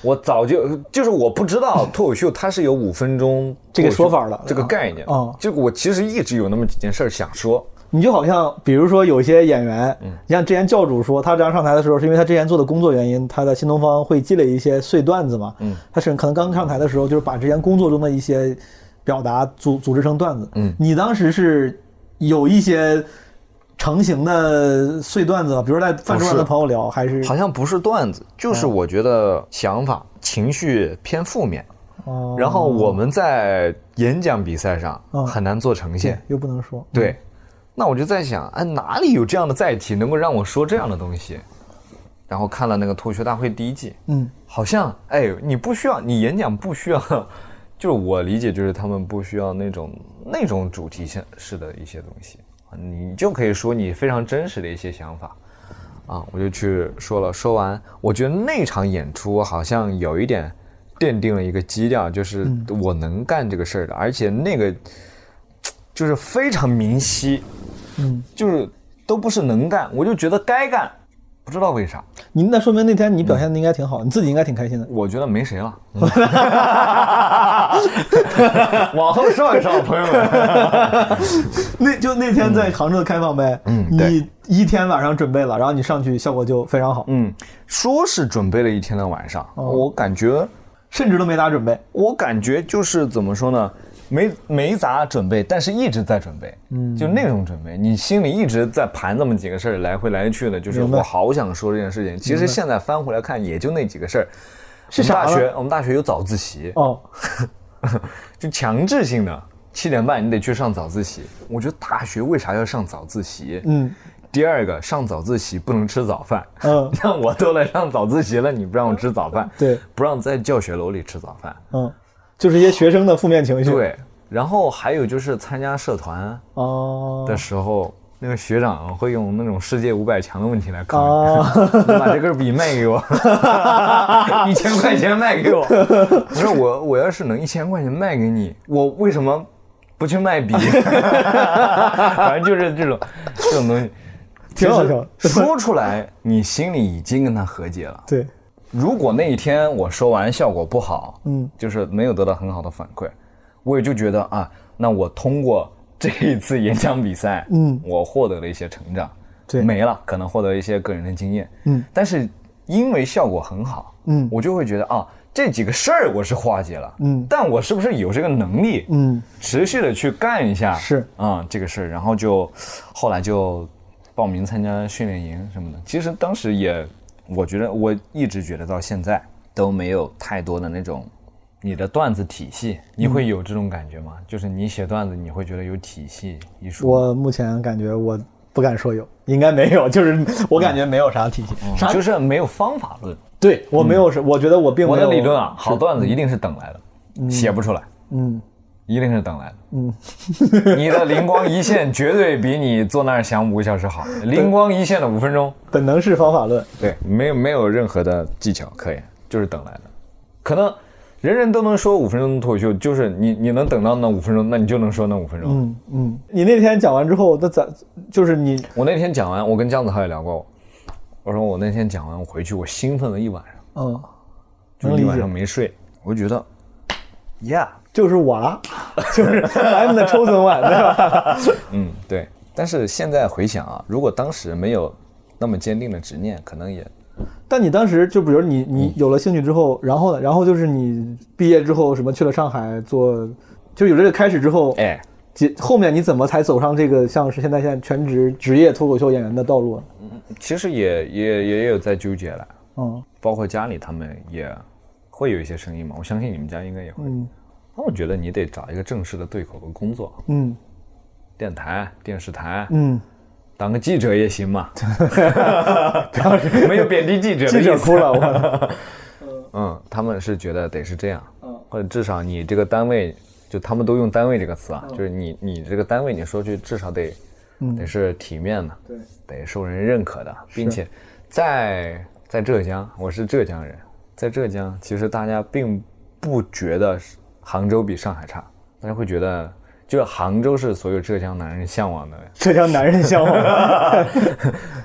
我早就就是我不知道脱口秀它是有五分钟
这个
脱口
说
秀
法了
这个概念
啊
就我其实一直有那么几件事儿想说，
你就好像，比如说有一些演员，
嗯
你像之前教主说，他刚上台的时候，是因为他之前做的工作原因，他在新东方会积累一些碎段子嘛，嗯，他是可能刚上台的时候，就是把之前工作中的一些表达组组织成段子，嗯，你当时是有一些成型的碎段子吗，比如说在饭桌上
不是
跟朋友聊，还是嗯
好像不是段子，就是我觉得想法、情绪偏负面。
哦
然后我们在演讲比赛上
嗯
很难做呈现，
又不能说，
对。那我就在想，哎，哪里有这样的载体能够让我说这样的东西？然后看了那个《脱口秀大会》第一季，
嗯，
好像哎，你不需要，你演讲不需要， 就是我理解就是他们不需要那种那种主题性式的一些东西，你就可以说你非常真实的一些想法啊，我就去说了，说完，我觉得那场演出好像有一点奠定了一个基调，就是我能干这个事儿的，而且那个就是非常明晰，嗯，就是都不是能干，我就觉得该干。不知道为啥，
你那说明那天你表现的应该挺好，你自己应该挺开心的。
我觉得没谁了。嗯 往后上一上，朋友们。
那就那天在杭州的开放杯，
嗯
你
对
一天晚上准备了，然后你上去效果就非常好，
嗯，说是准备了一天的晚上，我感觉，
甚至都没咋准备。
我感觉就是怎么说呢，没没咋准备，但是一直在准备，嗯，就那种准备，你心里一直在盘这么几个事儿，来回来去的，就是
明白
我好想说这件事情。其实现在翻回来看，也就那几个事儿。
是
我们
啥
大
呢
学，我们大学有早自习，
哦，
就强制性的，七点半你得去上早自习。我觉得大学为啥要上早自习？
嗯
第二个，上早自习不能吃早饭。
嗯
那我都来上早自习了，你不让我吃早饭，
对
不让在教学楼里吃早饭，
嗯，就是一些学生的负面情绪。，
对。然后还有就是参加社团
哦，
的时候，那个学长会用那种世界五百强的问题来考你，
哦，
你把这根笔卖给我， 一千块钱卖给我。我说我我要是能一千块钱卖给你，我为什么不去卖笔？ 反正就是这种这种东西，
挺好笑
就是说出来，你心里已经跟他和解了。
对，
如果那一天我说完效果不好，
嗯
嗯，就是没有得到很好的反馈，我也就觉得啊，那我通过这一次演讲比赛，
嗯
嗯，我获得了一些成长，
对
没了，可能获得一些个人的经验，
嗯
嗯，但是因为效果很好，
嗯
嗯，我就会觉得啊，这几个事儿我是化解了，
嗯
嗯，但我是不是有这个能力，
嗯
嗯，持续的去干一下，
是
啊、这个事儿，然后就后来就报名参加训练营什么的。其实当时也，我觉得我一直觉得到现在都没有太多的那种你的段子体系，你会有这种感觉吗？就是你写段子，你会觉得有体系一说。
嗯我目前感觉我不敢说有，应该没有，就是我感觉没有啥体系，啥
就是没有方法论，
对我没有是，我觉得我并没
嗯我
有
的理论啊，好段子一定是等来的，写不出来，
嗯，
一定是等来的。嗯， 你的灵光一现绝对比你坐那儿想五个小时好，灵光一现的五分钟，
本能是方法论，
对，没有没有任何的技巧可言，就是等来的。可能人人都能说五分钟的脱口秀，就是你你能等到那五分钟，那你就能说那五分钟。
嗯嗯。你那天讲完之后，那咱就是你
我那天讲完，我跟姜子豪也聊过，我说我那天讲完，我回去我兴奋了一晚上，
嗯，
就一晚上没睡，我就觉得，yeah，
就是我啦， 就是 I'm the chosen one，对吧？
嗯，对。但是现在回想啊，如果当时没有那么坚定的执念，可能也
但你当时就比如你
嗯
你有了兴趣之后，然后呢，然后就是你毕业之后什么去了上海做，就有这个开始之后，
哎，
结，后面你怎么才走上这个像是现在现在全职职业脱口秀演员的道路呢？
其实也也也有在纠结了。
嗯
包括家里他们也会有一些声音嘛，我相信你们家应该也会。
嗯
那我觉得你得找一个正式的对口的工作，
嗯
电台、电视台，
嗯，
当个记者也 行嘛。没有贬低记者的
记
意
者
思。
哭了， 我。
嗯，他们是觉得得是这样，
嗯
或者至少你这个单位，就他们都用单位这个词
嗯
啊，就是你你这个单位，你说去至少得、得是体面的，
对，
得受人认可的，并且在在浙江，我是浙江人，在浙江其实大家并不觉得杭州比上海差，大家会觉得就是杭州是所有浙江男人向往的。
这叫男人向 往。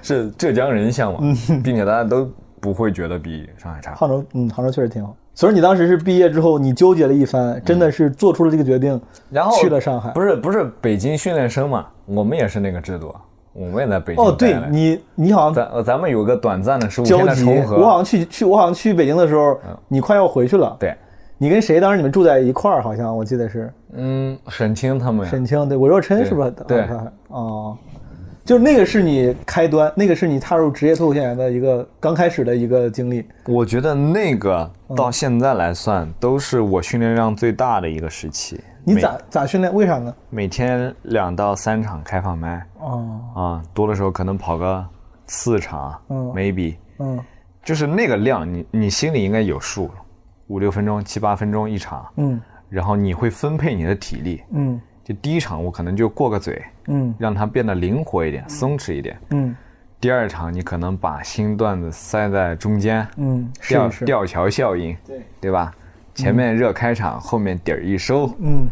是浙江人向
嗯
往，并且大家都不会觉得比上海差。
杭州，嗯，杭州确实挺好。所以你当时是毕业之后，你纠结了一番，真的是做出了这个决定，
然后
去了上海。
不是不是北京训练生嘛，我们也是那个制度，我们也在北京
哦，
待
对
了
你，你好像
咱呃咱们有个短暂的十五天
焦
的
急。
重合，
我好像嗯去去，我好像去北京的时候，你快要回去了。，
对，
你跟谁？当时你们住在一块儿，好像我记得是
嗯，沈清他们呀
沈清，对我若琛
对
是不是？
对
啊哦，就是那个是你开端，那个是你踏入职业脱口秀演员的一个刚开始的一个经历。
我觉得那个
嗯
到现在来算，都是我训练量最大的一个时期。
你
每
咋咋训练？为啥呢？
每天两到三场开放麦
哦，
啊，多的时候可能跑个四场、
嗯
m a y b e
嗯
就是那个量，你你心里应该有数，五六分钟、七八分钟一场，
嗯
然后你会分配你的体力。
嗯
就第一场我可能就过个嘴，
嗯
让它变得灵活一点、松弛一点。
嗯
第二场你可能把新段子塞在中间，
嗯，是
吊
是。
吊桥效应，
对
对吧？前面热开场，后面底儿一收。
嗯，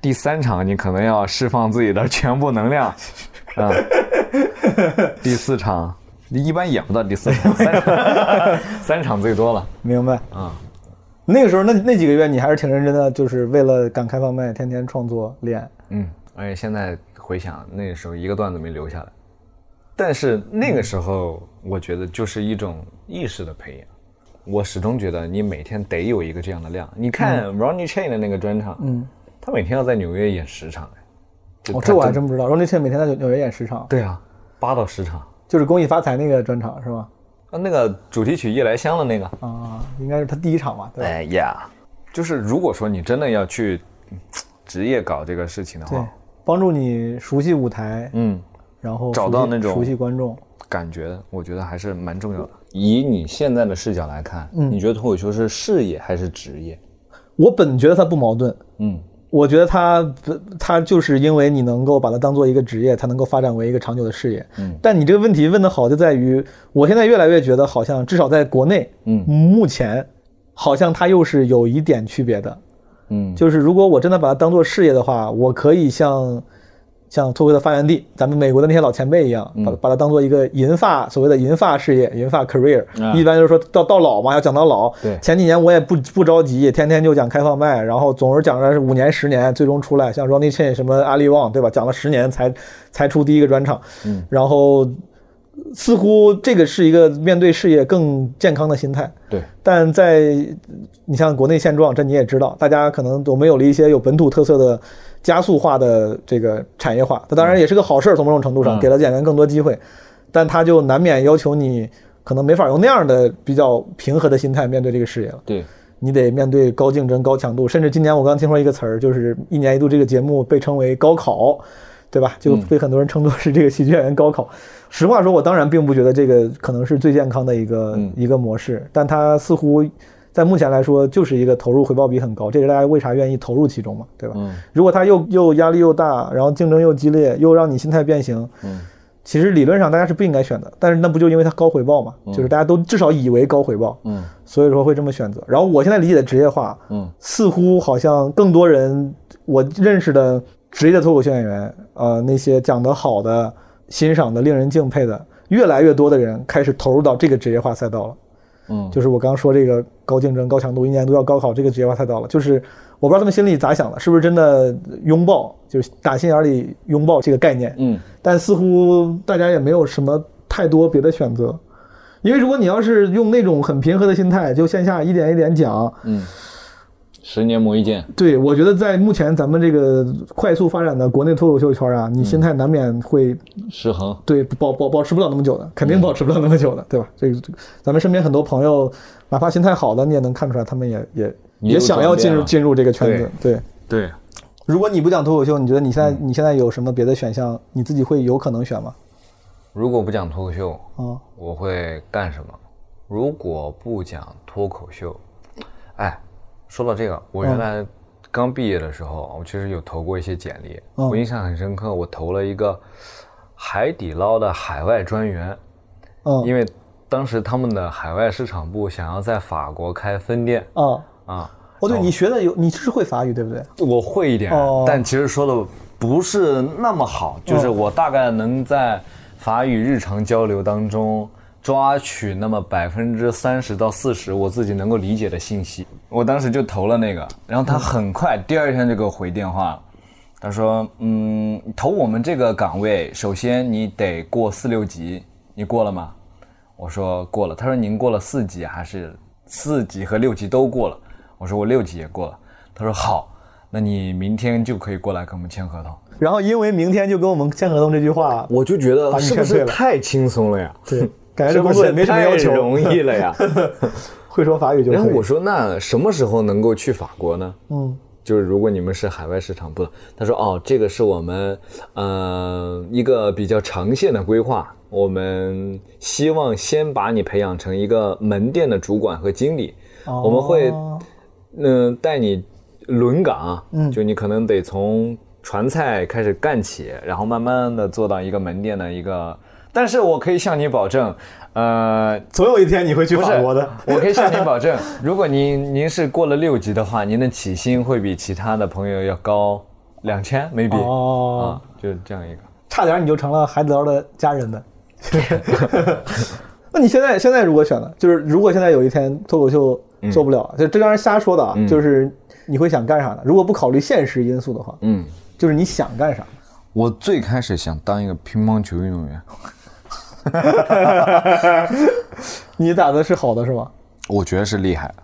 第三场你可能 嗯要释放自己的全部能量，啊、第四场
一般演不到第四场，三 场三场最多了。
明白啊。那个时候，那那几个月你还是挺认真的，就是为了赶开放麦，天天创作练。
嗯，而且现在回想那时候一个段子没留下来，但是那个时候我觉得就是一种意识的培养。我始终觉得你每天得有一个这样的量。你看
嗯
Ronnie Chang 的那个专场，嗯，他每天要在纽约演十场，哎就
哦，
他
这我还
真
真不知道。Ronnie Chang 每天在纽纽约演十场，
对啊，八到十场。
就是恭喜发财那个专场是吗？
啊，那个主题曲《夜来香》的那个，
啊，应该是他第一场吧？对吧。
哎呀，就是如果说你真的要去嗯职业搞这个事情的
对
话，，
帮助你熟悉舞台，
嗯，
然后
找
熟悉
到那种
熟悉观众。
感觉我觉得还是蛮重要的。嗯以你现在的视角来看，你觉得脱口秀是事业还是职业？
我本觉得它不矛盾，
嗯，
我觉得它不，它就是因为你能够把它当做一个职业，它能够发展为一个长久的事业。嗯，但你这个问题问得好，就在于我现在越来越觉得，好像至少在国内，
嗯
目前好像它又是有一点区别的。
嗯
就是如果我真的把它当做事业的话，我可以像像脱口秀的发源地，咱们美国的那些老前辈一样，
嗯
把把它当做一个银发所谓的银发事业、银发 career，、
啊
一般就是说到到老嘛，要讲到老。
对
前几年我也不不着急，天天就讲开放麦，然后总是讲了五年、十年，最终出来像 Ronnie Chen 什么阿里旺，对吧？讲了十年才才出第一个专场，嗯，然后似乎这个是一个面对事业更健康的心态，
对，
但在你像国内现状，这你也知道，大家可能都没有了一些有本土特色的加速化的这个产业化。它当然也是个好事儿，从某种程度上
嗯
给了演员更多机会，但它就难免要求你可能没法用那样的比较平和的心态面对这个事业了。
对，
你得面对高竞争、高强度，甚至今年我刚听说一个词儿，就是一年一度这个节目被称为高考，对吧？就被很多人称作是这个喜剧演员高考。实话说，我当然并不觉得这个可能是最健康的一个、一个模式，但它似乎在目前来说就是一个投入回报比很高，这是大家为啥愿意投入其中嘛，对吧？如果它又又压力又大，然后竞争又激烈，又让你心态变形，其实理论上大家是不应该选的，但是那不就因为它高回报嘛？就是大家都至少以为高回报，嗯，所以说会这么选择。然后我现在理解的职业化，嗯，似乎好像更多人我认识的职业的脱口秀演员，呃，那些讲得好的、欣赏的、令人敬佩的，越来越多的人开始投入到这个职业化赛道了。
嗯
就是我刚刚说这个高竞争、高强度，一年都要高考这个职业化赛道了。就是我不知道他们心里咋想的，是不是真的拥抱，就是打心眼里拥抱这个概念，
嗯，
但似乎大家也没有什么太多别的选择，因为如果你要是用那种很平和的心态，就线下一点一点讲，
嗯十年磨一剑，
对我觉得在目前咱们这个快速发展的国内脱口秀圈啊，你心态难免会
失衡。
对保保保持不了那么久的，肯定保持不了那么久的，对吧？这个这个，咱们身边很多朋友，哪怕心态好的，你也能看出来，他们也也
也有
也想要进入
转变了
进入这个圈子。啊对，嗯
对，
如果你不讲脱口秀，你觉得你现在你现在有什么别的选项，你自己会有可能选吗？
如果不讲脱口秀，
啊，
我会干什么？如果不讲脱口秀，哎，说到这个，我原来刚毕业的时候，我其实有投过一些简历，
嗯
我印象很深刻，我投了一个海底捞的海外专员，
嗯
因为当时他们的海外市场部想要在法国开分店
啊，
啊，
哦，对，你学的有你是会法语对不对？
我会一点，
哦
但其实说的不是那么好，就是我大概能在法语日常交流当中抓取那么百分之三十到四十我自己能够理解的信息。我当时就投了那个，然后他很快第二天就给我回电话了。他说：“嗯，投我们这个岗位，首先你得过四六级，你过了吗？”我说过了。他说您过了四级还是四级和六级都过了？我说我六级也过了。他说好，那你明天就可以过来跟我们签合同。
然后因为明天就跟我们签合同这句话，
我就觉得
把你劝退了
太轻松 了呀？
对，感觉这工作也没什么要求，
易了呀？
会说法语就可以。
然后我说那什么时候能够去法国呢？
嗯，
就是如果你们是海外市场部的，他说哦，这个是我们呃一个比较长线的规划，我们希望先把你培养成一个门店的主管和经理，
哦
我们会嗯、带你轮岗，嗯，就你可能得从传菜开始干起，然后慢慢的做到一个门店的一个，但是我可以向你保证，呃，
总有一天你会去
不
法
是
国的。
我可以向您保证， 如果您您是过了六级的话，您的起薪会比其他的朋友要高两千，maybe 啊
哦
啊，就是这样一个。
差点你就成了海底捞的家人们。 那你现在现在如果选了，就是如果现在有一天脱口秀
嗯
做不了，就这当然瞎说的啊，就是你会想干啥呢？如果不考虑现实因素的话，
嗯，
就是你想干啥？
我最开始想当一个乒乓球运动员，
你打的是好的是吗？
我觉得是厉害的。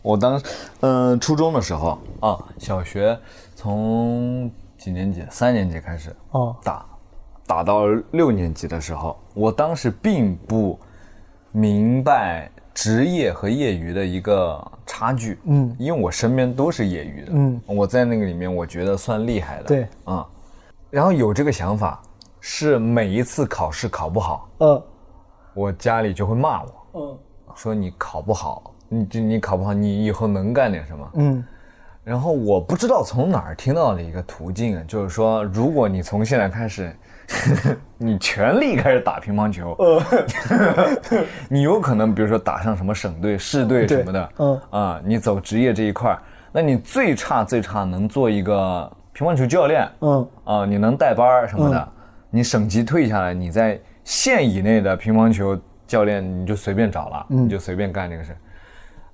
我当时，嗯、初中的时候啊，小学从几年级？三年级开始
哦
打，打到六年级的时候，我当时并不明白职业和业余的一个差距。
嗯
因为我身边都是业余的。
嗯，
我在那个里面，我觉得算厉害的。
对
啊、然后有这个想法，是每一次考试考不好，
嗯
我家里就会骂我。
嗯
说你考不好，你这你考不好，你以后能干点什么？
嗯
然后我不知道从哪儿听到的一个途径啊，就是说，如果你从现在开始， 你全力开始打乒乓球，你有可能比如说打上什么省队、市队什么的，
对嗯
啊，你走职业这一块儿，那你最差最差能做一个乒乓球教练，
嗯
啊，你能带班儿什么的，你省级退下来，你在县以内的乒乓球教练你就随便找了，
嗯
你就随便干这个事。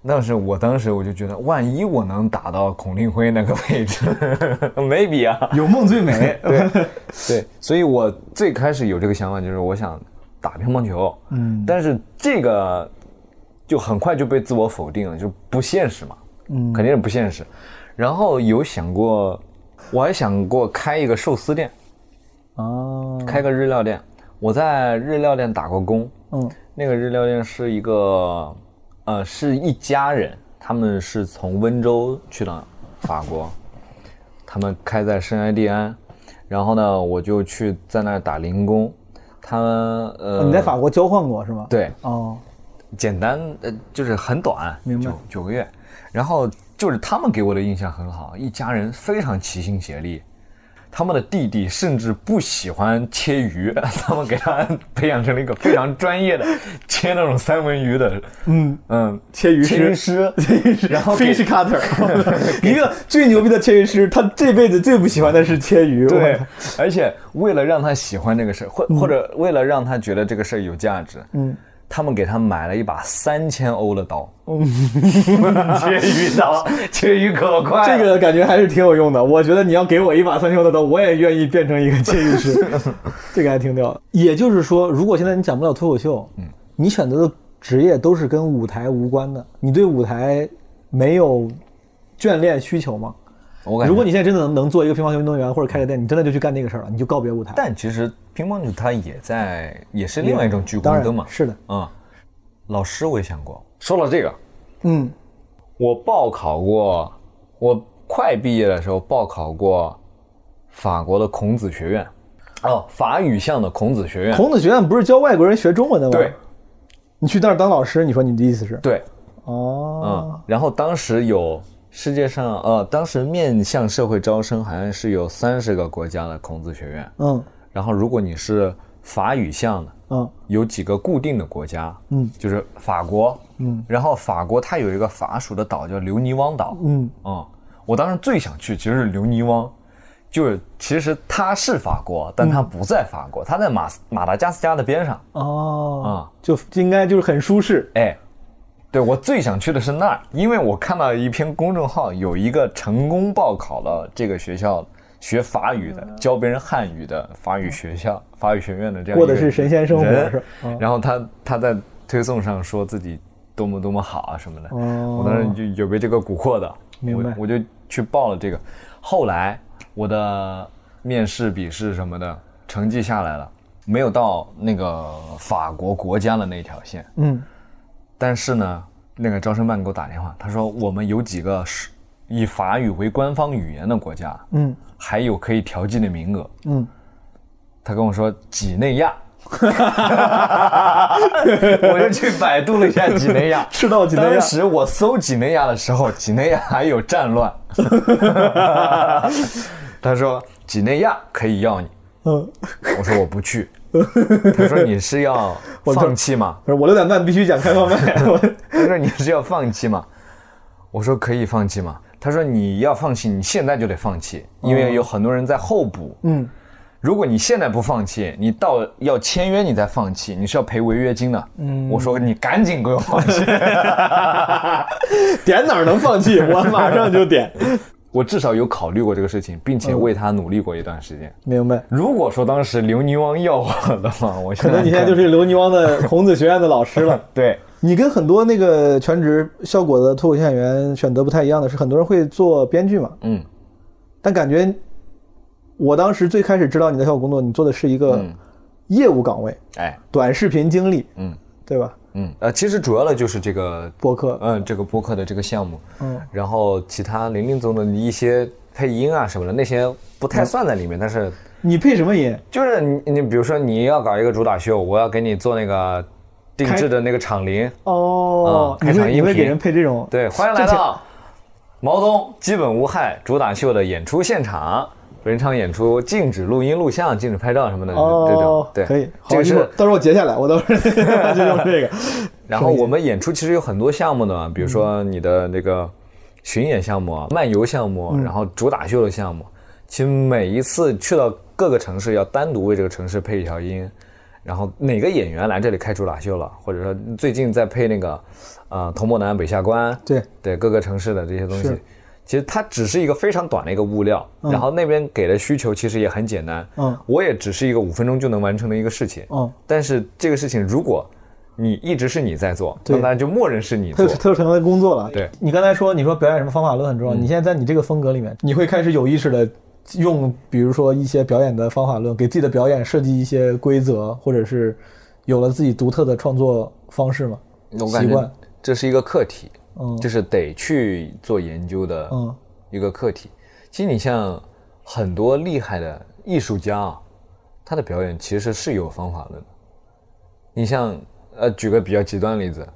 但是我当时我就觉得，万一我能打到孔令辉那个位置，maybe 啊，有梦最美。对对，所以我最开始有这个想法，就是我想打乒乓球，嗯，但是这个就很快就被自我否定了，就不现实嘛，嗯，肯定是不现实。然后有想过，我还想过开一个寿司店，
啊
开个日料店。我在日料店打过工，
嗯
那个日料店是一个，呃，是一家人，他们是从温州去的法国，他们开在圣埃蒂安，然后呢，我就去在那儿打零工。他们 呃，
哦你在法国交换过是吗？
对，
哦
简单，呃，就是很短，
明白
九九个月。然后就是他们给我的印象很好，一家人非常齐心协力。他们的弟弟甚至不喜欢切鱼， 他们给他培养成了一个非常专业的切那种三文鱼的，嗯嗯，
切鱼
切鱼
师
师， 然后给
fish cutter，一 个最牛逼的切鱼师，他这辈子最不喜欢的是切鱼。我
对
操，
而且为了让他喜欢这个事儿，
嗯
或或者为了让他觉得这个事儿有价值，嗯，他们给他买了一把三千欧的刀，
嗯
切鱼刀，切鱼可快
这
了
个感觉还是挺有用的。我觉得你要给我一把三星的刀，我也愿意变成一个监狱师，这个还挺屌的。也就是说，如果现在你讲不了脱口秀，嗯，你选择的职业都是跟舞台无关的，你对舞台没有眷恋需求吗？
我感觉，
如果你现在真的能能做一个乒乓球运动员或者开个店，你真的就去干那个事儿了，你就告别舞台。
但其实乒乓球它也在，也是另外一种聚
当
光
然
灯嘛。
是的，
嗯，老师我也想过。说到这个，
嗯
我报考过，我快毕业的时候报考过法国的孔子学院，哦，法语项的孔子学院。
孔子哦学院不是教外国人学中文的吗？
对，
你去那儿当老师，你说你的意思是？
对，
哦，
嗯，然后当时有世界上，呃，当时面向社会招生好像是有三十个国家的孔子学院，
嗯
然后如果你是法语项的，
嗯
有几个固定的国家，
嗯，
就是法国，
嗯，
然后法国它有一个法属的岛叫留尼汪岛，
嗯
嗯，我当时最想去其实是留尼汪，就是其实它是法国，但它不在法国，它在马斯马达加斯加的边上，
嗯哦
啊、
就应该就是很舒适。
哎，对我最想去的是那儿，因为我看到一篇公众号有一个成功报考了这个学校学法语
嗯
的，教别人汉语的法语学校、法语学院的这样
过的
一个
是神仙生活
人
是吧嗯
然后他他在推送上说自己多么多么好啊什么的，
哦
我当时就有被这个蛊惑的，
明白
我我就去报了这个。后来我的面试、笔试什么的成绩下来了，没有到那个法国国家的那条线，
嗯，
但是呢，那个招生办给我打电话，他说我们有几个是以法语为官方语言的国家，
嗯，
还有可以调剂的名额，
嗯，
他跟我说几内亚， 我就去百度了一下几内亚，
赤道几啊内亚
当时我搜几内亚的时候，几内亚还有战 乱，他说几内亚可以要你，
嗯，
我说我不 去，他说你是要放弃吗？
不是我六点半必须讲开放麦，我
他说你是要放弃吗？我说可以放弃吗？他说你要放弃，你现在就得放弃，因为有很多人在候补。
哦嗯，
如果你现在不放弃，你到要签约你再放弃，你是要赔违约金的。嗯，我说你赶紧给我放弃，
点哪儿能放弃？我马上就点。
我至少有考虑过这个事情，并且
嗯
为他努力过一段时间。
明白。
如果说当时刘尼汪要我的话，我
可能你现在就是刘尼汪的孔子学院的老师了。
对
你跟很多那个全职效果的脱口秀演员选择不太一样的是，很多人会做编剧嘛，
嗯，
但感觉我当时最开始知道你在效果工作，你做的是一个业务岗位，
哎，
短视频经理，
嗯，
对吧？
嗯，呃，其实主要的就是这个
播客
嗯，这个播客的这个项目，
嗯，
然后其他零零总总的一些配音啊什么的，那些不太算在里面，但是
你配什么音？
就是你你比如说你要搞一个主打秀，我要给你做那个定制的那个场铃，
哦，
嗯
你
开场
会
音
你会给
频
人配这种？
对，欢迎来到毛东基本无害主打秀的演出现场。本场演出禁止录音、录像、禁止拍照什么的，这种
哦，
对，
可以，好，
这个
一会儿
是
到时候我截下来，我到时候 就用这 个。
然后我们演出其实有很多项目呢，比如说你的那个巡演项目、啊、漫游项目，然后主打秀的项目。其实每一次去到各个城市，要单独为这个城市配一条音。然后哪个演员来这里开主打秀了，或者说最近在配那个，呃，童漠南北下关，
对
对各个城市的这些东西
是，
其实它只是一个非常短的一个物料，然后那边给的需求其实也很简单，
嗯
我也只是一个五分钟就能完成的一个事情，
嗯，
但是这个事情如果你一直是你在做，
对
那当然就默认是你
他
做
就，他就成为工作了。
对嗯
你刚才说，你说表演什么方法论很重要。你现在在你这个风格里面，你会开始有意识的用，比如说一些表演的方法论，给自己的表演设计一些规则，或者是有了自己独特的创作方式吗？
我感
习
觉
惯
这是一个课题，
嗯
就是得去做研究的
嗯
一个课题。其实你像很多厉害的艺术家啊，他的表演其实是有方法论的。你像呃，举个比较极端的例子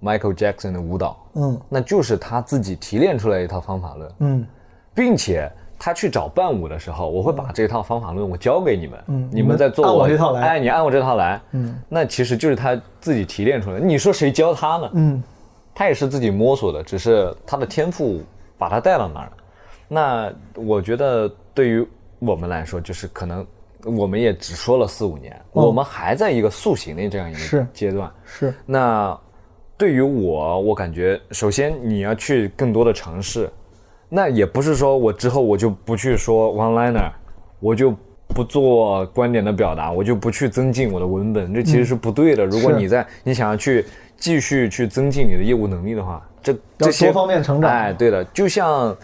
，Michael Jackson 的舞蹈，
嗯
那就是他自己提炼出来一套方法论，
嗯，
并且他去找伴舞的时候，我会把这套方法论我教给你们，
嗯
你们在做
按我这套来
哎，你按我这套来，
嗯，
那其实就是他自己提炼出来的。你说谁教他呢？
嗯，
他也是自己摸索的，只是他的天赋把他带到那儿了。那我觉得对于我们来说，就是可能我们也只说了四五年，
哦
我们还在一个塑形的这样一个
是
阶段，
是
那对于我，我感觉首先你要去更多的尝试，那也不是说我之后我就不去说 one liner，我就不做观点的表达，我就不去增进我的文本，这其实是不对的。如果
嗯是
你在你想要去继续去增进你的业务能力的话，这
要
这些
多方面成长
哎，对的，就像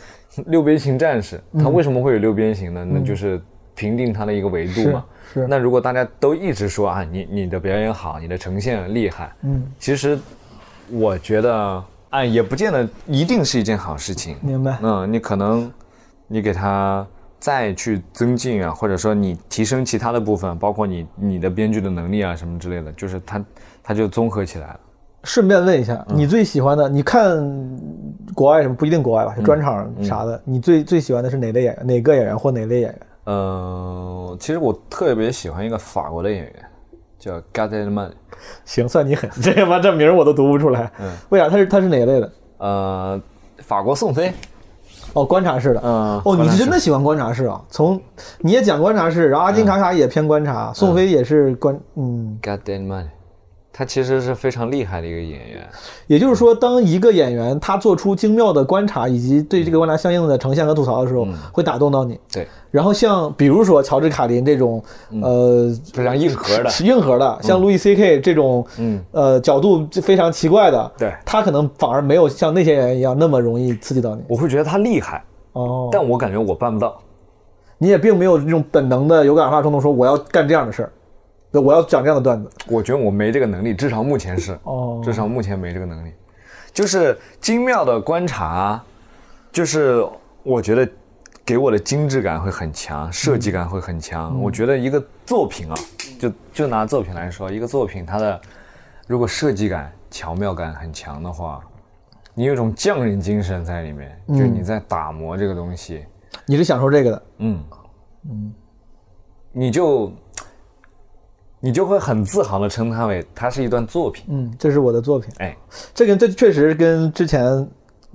六边形战士，
嗯
它为什么会有六边形呢？那就是评定它的一个维度嘛。
是是
那如果大家都一直说啊，你你的表演好，你的呈现厉害，嗯，其实我觉得，哎，也不见得一定是一件好事情。
明白。
嗯，你可能你给它再去增进啊，或者说你提升其他的部分，包括你你的编剧的能力啊什么之类的，就是它它就综合起来了。
顺便问一下，
嗯
你最喜欢的，你看国外什么不一定国外吧，
嗯
就专场啥的，你最最喜欢的是哪类演员，哪个演员或哪类演员？
嗯、其实我特别喜欢一个法国的演员，叫 g a d e l m a n
行，算你狠， 这他妈这名儿我都读不出来。
嗯
为啥他是他是哪类的？
呃，法国宋飞，
哦，观察式的，
嗯
哦，
观
你
察
是
式嗯
真的喜欢观察式啊？从你也讲观察式，然后阿金卡卡也偏观察，宋飞也是观，嗯，
g a d e l m a n 他其实是非常厉害的一个演员。
也就是说，当一个演员他做出精妙的观察以及对这个观察相应的呈现和吐槽的时候，
嗯
会打动到你。
对，
然后像比如说乔治卡林这种，呃，
非常嗯硬核的
是硬核的，像路易 C K 这种，
嗯，
呃，角度就非常奇怪的，
对
他可能反而没有像那些演员一样那么容易刺激到你。
我会觉得他厉害，
哦，
但我感觉我办不到。
你也并没有这种本能的有感而发冲动，说我要干这样的事儿，对，我要讲这样的段子。
我觉得我没这个能力，至少目前是，
哦
至少目前没这个能力。就是精妙的观察，就是我觉得给我的精致感会很
嗯
强，设计感会很强。我觉得一个作品啊，就就拿作品来说，一个作品它的如果设计感、巧妙感很强的话，你有一种匠人精神在里面，
嗯
就你在打磨这个东西。
你是享受这个的，
嗯，你就你就会很自豪的称它为它是一段作品。
嗯，这是我的作品。
哎，
这跟这确实跟之前，嗯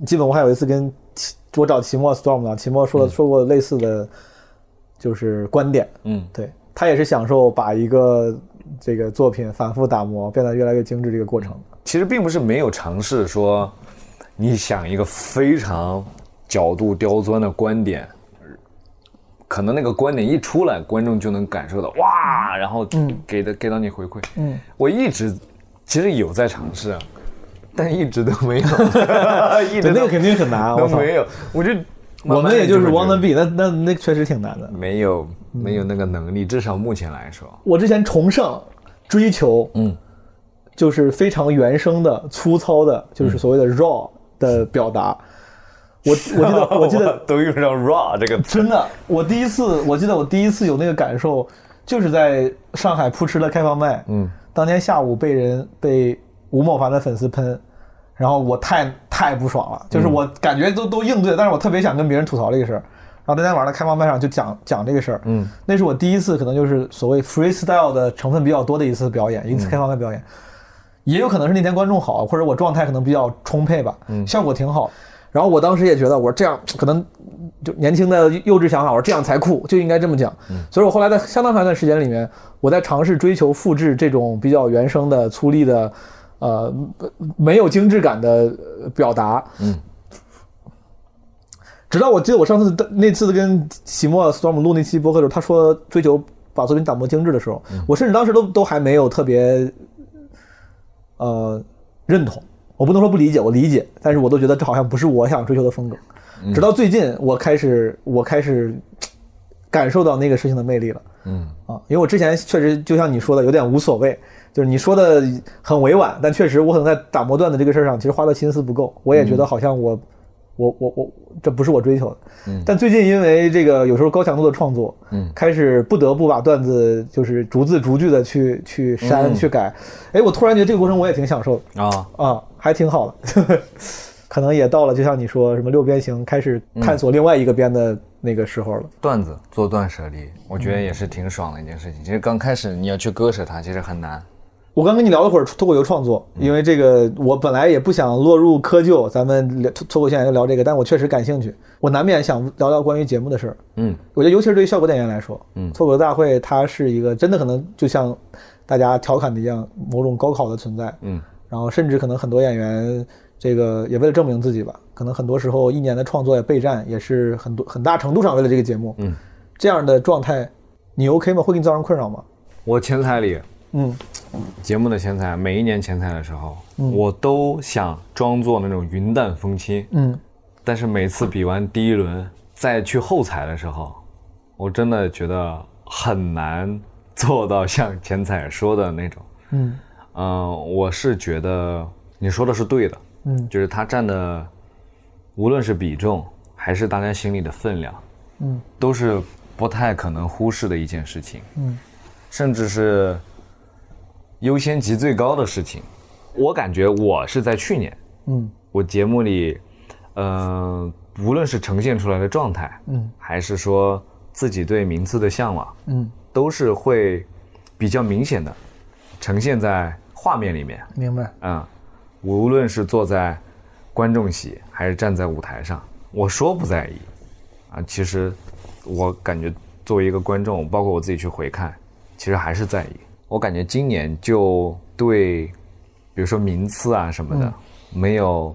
基本我还有一次跟齐我找齐墨 storm 啊，齐墨说说过类似的，就是观点，
嗯，
对他也是享受把一个这个作品反复打磨，变得越来越精致这个过程。
其实并不是没有尝试说，你想一个非常角度刁钻的观点，可能那个观点一出来，观众就能感受到
嗯
哇，然后给的、给到你回馈。嗯，我一直其实有在尝试，但一直都没 有，一
对，
直都
那个肯定很难，
都
我操！
没有，我就
我们也就是
王
wanna
文
be，那那那确实挺难的。
没有没有那个能力，至少目前来说，
我之前崇尚追求，
嗯，
就是非常原生的、粗糙的，就是所谓的 raw 的表达。我我记得啊我记得
都用上 raw 这个词，
真的，我第一次我记得我第一次有那个感受，就是在上海扑哧的开放麦，
嗯，
当天下午被人被吴某凡的粉丝喷，然后我太太不爽了，就是我感觉都、都应对，但是我特别想跟别人吐槽这个事儿。然后那天晚上的开放麦上就讲讲这个事儿，嗯，那是我第一次可能就是所谓 freestyle 的成分比较多的一次表演，一次开放麦表演，也有可能是那天观众好，或者我状态可能比较充沛吧，效果挺好。然后我当时也觉得，我说这样可能就年轻的幼稚想法，我说这样才酷，就应该这么讲。所以我后来在相当长一段时间里面，我在尝试追求复制这种比较原生的、粗粝的，呃，没有精致感的呃表达。嗯。直到我记得我上次的那次跟喜墨 storm 录那期播客的时候，他说追求把作品打磨精致的时候，我甚至当时都都还没有特别呃认同。我不能说不理解，我理解，但是我都觉得这好像不是我想追求的风格。直到最近，我开始我开始嘖感受到那个事情的魅力了。嗯啊，因为我之前确实就像你说的，有点无所谓，就是你说的很委婉，但确实我可能在打磨段子这个事儿上，其实花的心思不够。我也觉得好像我、我我我这不是我追求的。嗯，但最近因为这个有时候高强度的创作，嗯，开始不得不把段子就是逐字逐句的去去删、去改。哎，我突然觉得这个过程我也挺享受的。
啊，
啊，还挺好的， 可能也到了，就像你说什么六边形开始探索另外一个边的那个时候了。
段子做断舍离，我觉得也是挺爽的一件事情。其实刚开始你要去割舍它，其实很难。
我刚跟你聊了会儿脱口秀创作，因为这个我本来也不想落入窠臼，咱们聊脱脱口秀演员聊这个，但我确实感兴趣，我难免想聊聊关于节目的事儿。
嗯，
我觉得尤其是对于效果演员来说，嗯，脱口秀大会它是一个真的可能就像大家调侃的一样，某种高考的存在，嗯，然后甚至可能很多演员这个也为了证明自己吧，可能很多时候一年的创作也备战，也是很多很大程度上为了这个节目，嗯，这样的状态，你 OK 吗？会给你造成困扰吗？
我前台里
嗯
节目的前台，每一年前台的时候，我都想装作那种云淡风轻，
嗯，
但是每次比完第一轮再去后采的时候，我真的觉得很难做到像前采说的那种。
嗯
嗯、我是觉得你说的是对的，
嗯
就是它占的，无论是比重还是大家心里的分量，
嗯，
都是不太可能忽视的一件事情，
嗯，
甚至是优先级最高的事情。我感觉我是在去年，
嗯
我节目里，嗯，无论是呈现出来的状态，
嗯，
还是说自己对名次的向往，
嗯，
都是会比较明显的呈现在画面里面，
明白。
嗯，无论是坐在观众席还是站在舞台上，我说不在意，啊，其实我感觉作为一个观众，包括我自己去回看，其实还是在意。我感觉今年就对，比如说名次啊什么的，没有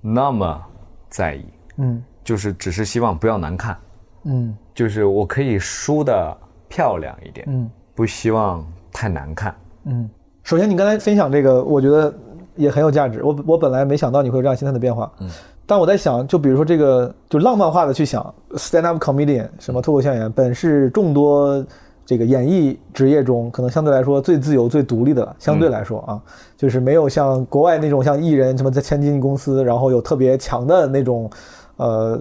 那么在意，
嗯
就是只是希望不要难看，
嗯
就是我可以输的漂亮一点，
嗯
不希望太难看。
嗯，首先你刚才分享这个，我觉得也很有价值。我我本来没想到你会有这样心态的变化。嗯，但我在想，就比如说这个，就浪漫化的去想，stand up comedian 什么脱口秀演员，本是众多这个演艺职业中可能相对来说最自由、最独立的了。相对来说啊，就是没有像国外那种像艺人什么在千金公司，然后有特别强的那种呃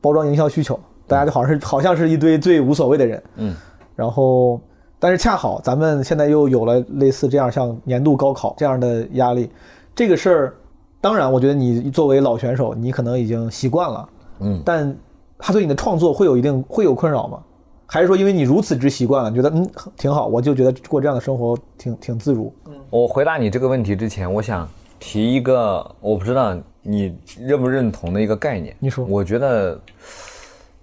包装营销需求，大家就好像是好像是一堆最无所谓的人。嗯。然后，但是恰好咱们现在又有了类似这样像年度高考这样的压力，这个事儿，当然，我觉得你作为老选手，你可能已经习惯了，嗯，但他对你的创作会有一定会有困扰吗？还是说因为你如此之习惯了，你觉得嗯挺好，我就觉得过这样的生活挺挺自如，
我回答你这个问题之前，我想提一个我不知道你认不认同的一个概念。
你说
我觉得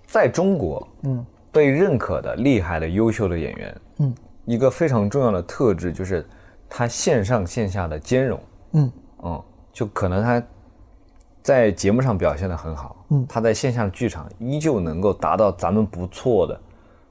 在中国，
嗯，
被认可的、厉害的、优秀的演员，嗯，一个非常重要的特质就是他线上线下的兼容，
嗯
嗯，就可能他在节目上表现的很好，嗯，他在线下的剧场依旧能够达到咱们不错的，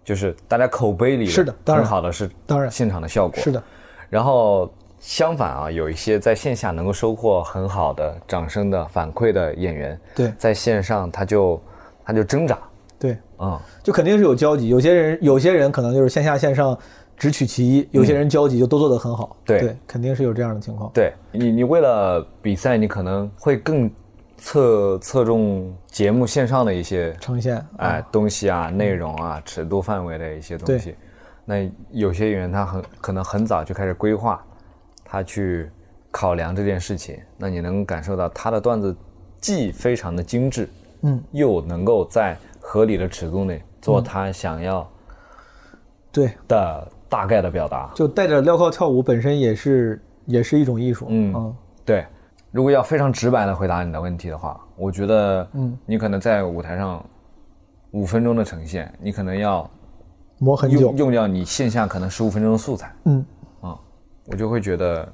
就是大家口碑里
是的当然
很好的是
当然
现场的效果
是的，
然后相反啊，有一些在线下能够收获很好的掌声的反馈的演员，
对
在线上他就他就挣扎，
对，
嗯，
就肯定是有交集。有些人有些人可能就是线下线上只取其一，有些人交集就都做得很好。
对
肯定是有这样的情况。
对你，你为了比赛，你可能会更侧侧重节目线上的一些
呈现，
哎东西啊、内容啊、尺度范围的一些东
对
西。那有些演员他很可能很早就开始规划，他去考量这件事情。那你能感受到他的段子既非常的精致，
嗯，
又能够在合理的尺度内做他想要
对，
的大概的表达。
就带着镣铐跳舞本身也是也是一种艺术。
嗯
啊
对，如果要非常直白的回答你的问题的话，我觉得，嗯，你可能在舞台上五分钟的呈现，你可能要
磨很久
用，用掉你线下可能十五分钟的素材，
嗯，
啊、我就会觉得，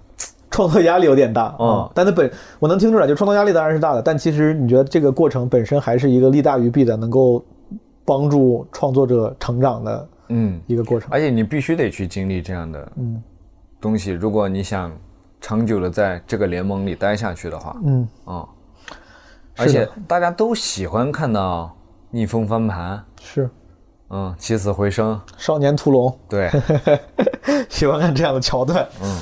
创作压力有点大啊、
嗯
但它本我能听出来，就创作压力当然是大的，但其实你觉得这个过程本身还是一个利大于弊的，能够帮助创作者成长的
嗯，
一个过程。
而且你必须得去经历这样的
嗯
东西，如果你想长久的在这个联盟里待下去的话，
嗯，
啊、
是的
而且大家都喜欢看到逆风翻盘，
是
嗯，起死回生，
少年屠龙，
对，
喜欢看这样的桥段。嗯，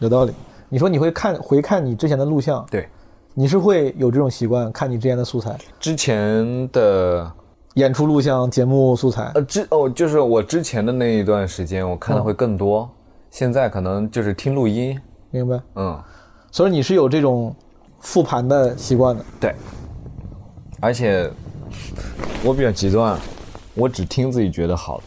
有道理。你说你会看回看你之前的录像，
对，
你是会有这种习惯，看你之前的素材，
之前的
演出录像、节目素材。
呃，之哦，就是我之前的那一段时间，我看的
嗯
会更多。现在可能就是听录音，
明白，
嗯，
所以你是有这种复盘的习惯的。
对。而且我比较极端，我只听自己觉得好的，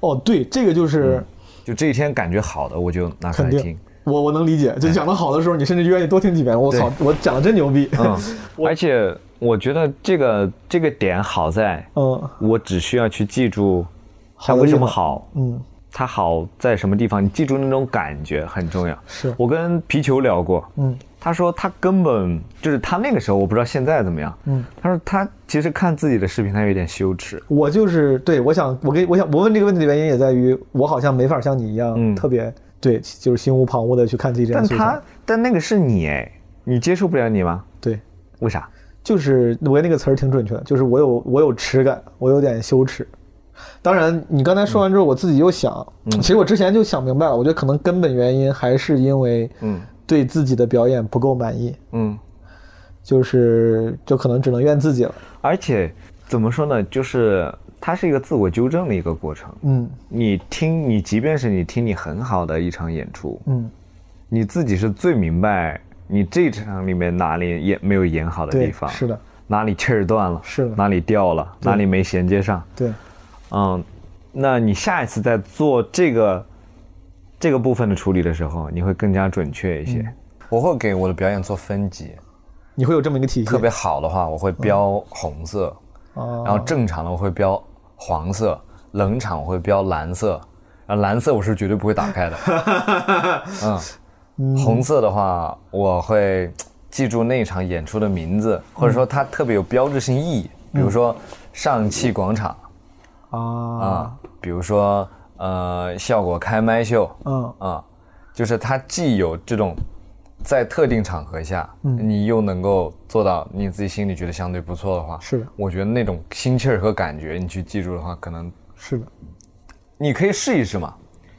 哦，对，这个就是
就这一天感觉好的，我就拿出来
肯定，
听。
我我能理解。就讲的好的时候，你甚至愿意多听几遍。我操，我讲的真牛逼。
嗯，而且我觉得这个这个点好在，
嗯
我只需要去记住它
的
为什
地
么
方
好，
嗯，
它好在什么地方，你记住那种感觉很重要。
是
我跟皮球聊过，
嗯，
他说他根本就是他那个时候，我不知道现在怎么样，
嗯，
他说他其实看自己的视频，他有点羞耻，
我就是对我想，我跟我想我问这个问题的原因也在于，我好像没法像你一样、
嗯
特别对，就是心无旁骛的去看自己这样
但
的素材。
他但那个是你哎，你接受不了你吗？
对，
为啥？
就是我觉得那个词儿挺准确的，就是我有我有耻感，我有点羞耻。当然，你刚才说完之后，我自己又想，
嗯
其实我之前就想明白了，我觉得可能根本原因还是因为，
嗯
对自己的表演不够满意，
嗯，
就是就可能只能怨自己了。
而且怎么说呢，就是它是一个自我纠正的一个过程。
嗯
你听，你即便是你听你很好的一场演出，
嗯，
你自己是最明白你这场里面哪里演没有演好的地
对
方，，
是的，
哪里气儿断了，
是的
哪里掉了，哪里没衔接上，
对，
嗯，那你下一次在做这个这个部分的处理的时候，你会更加准确一些。
嗯
我会给我的表演做分级，
你会有这么一个体系，
特别好的话，我会标红色，
哦
然后正常的我会标黄色，冷场我会标蓝色，然后蓝色我是绝对不会打开的。嗯，红色的话，我会记住那场演出的名字，或者说它特别有标志性意义，比如说上汽广场
啊，
啊、比如说呃效果开麦秀
嗯
啊、就是它既有这种。在特定场合下，
嗯
你又能够做到你自己心里觉得相对不错的话，
是的
我觉得那种心气儿和感觉，你去记住的话，可能
是的，
你可以试一试嘛。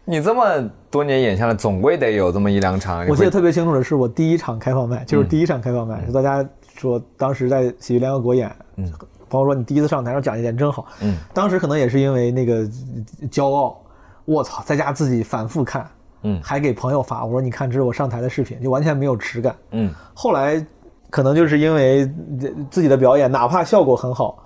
你这么多年演下来，总归得有这么一两场。
我记得
特
特别清楚的是，我第一场开放麦，
嗯
就是第一场开放麦，就大家说当时在喜剧联合国演，
嗯
朋友说你第一次上台上讲一点真好，嗯，当时可能也是因为那个呃骄傲，我操，在家自己反复看，
嗯
还给朋友发，我说你看这是我上台的视频，就完全没有耻感，
嗯，
后来可能就是因为呃自己的表演，哪怕效果很好，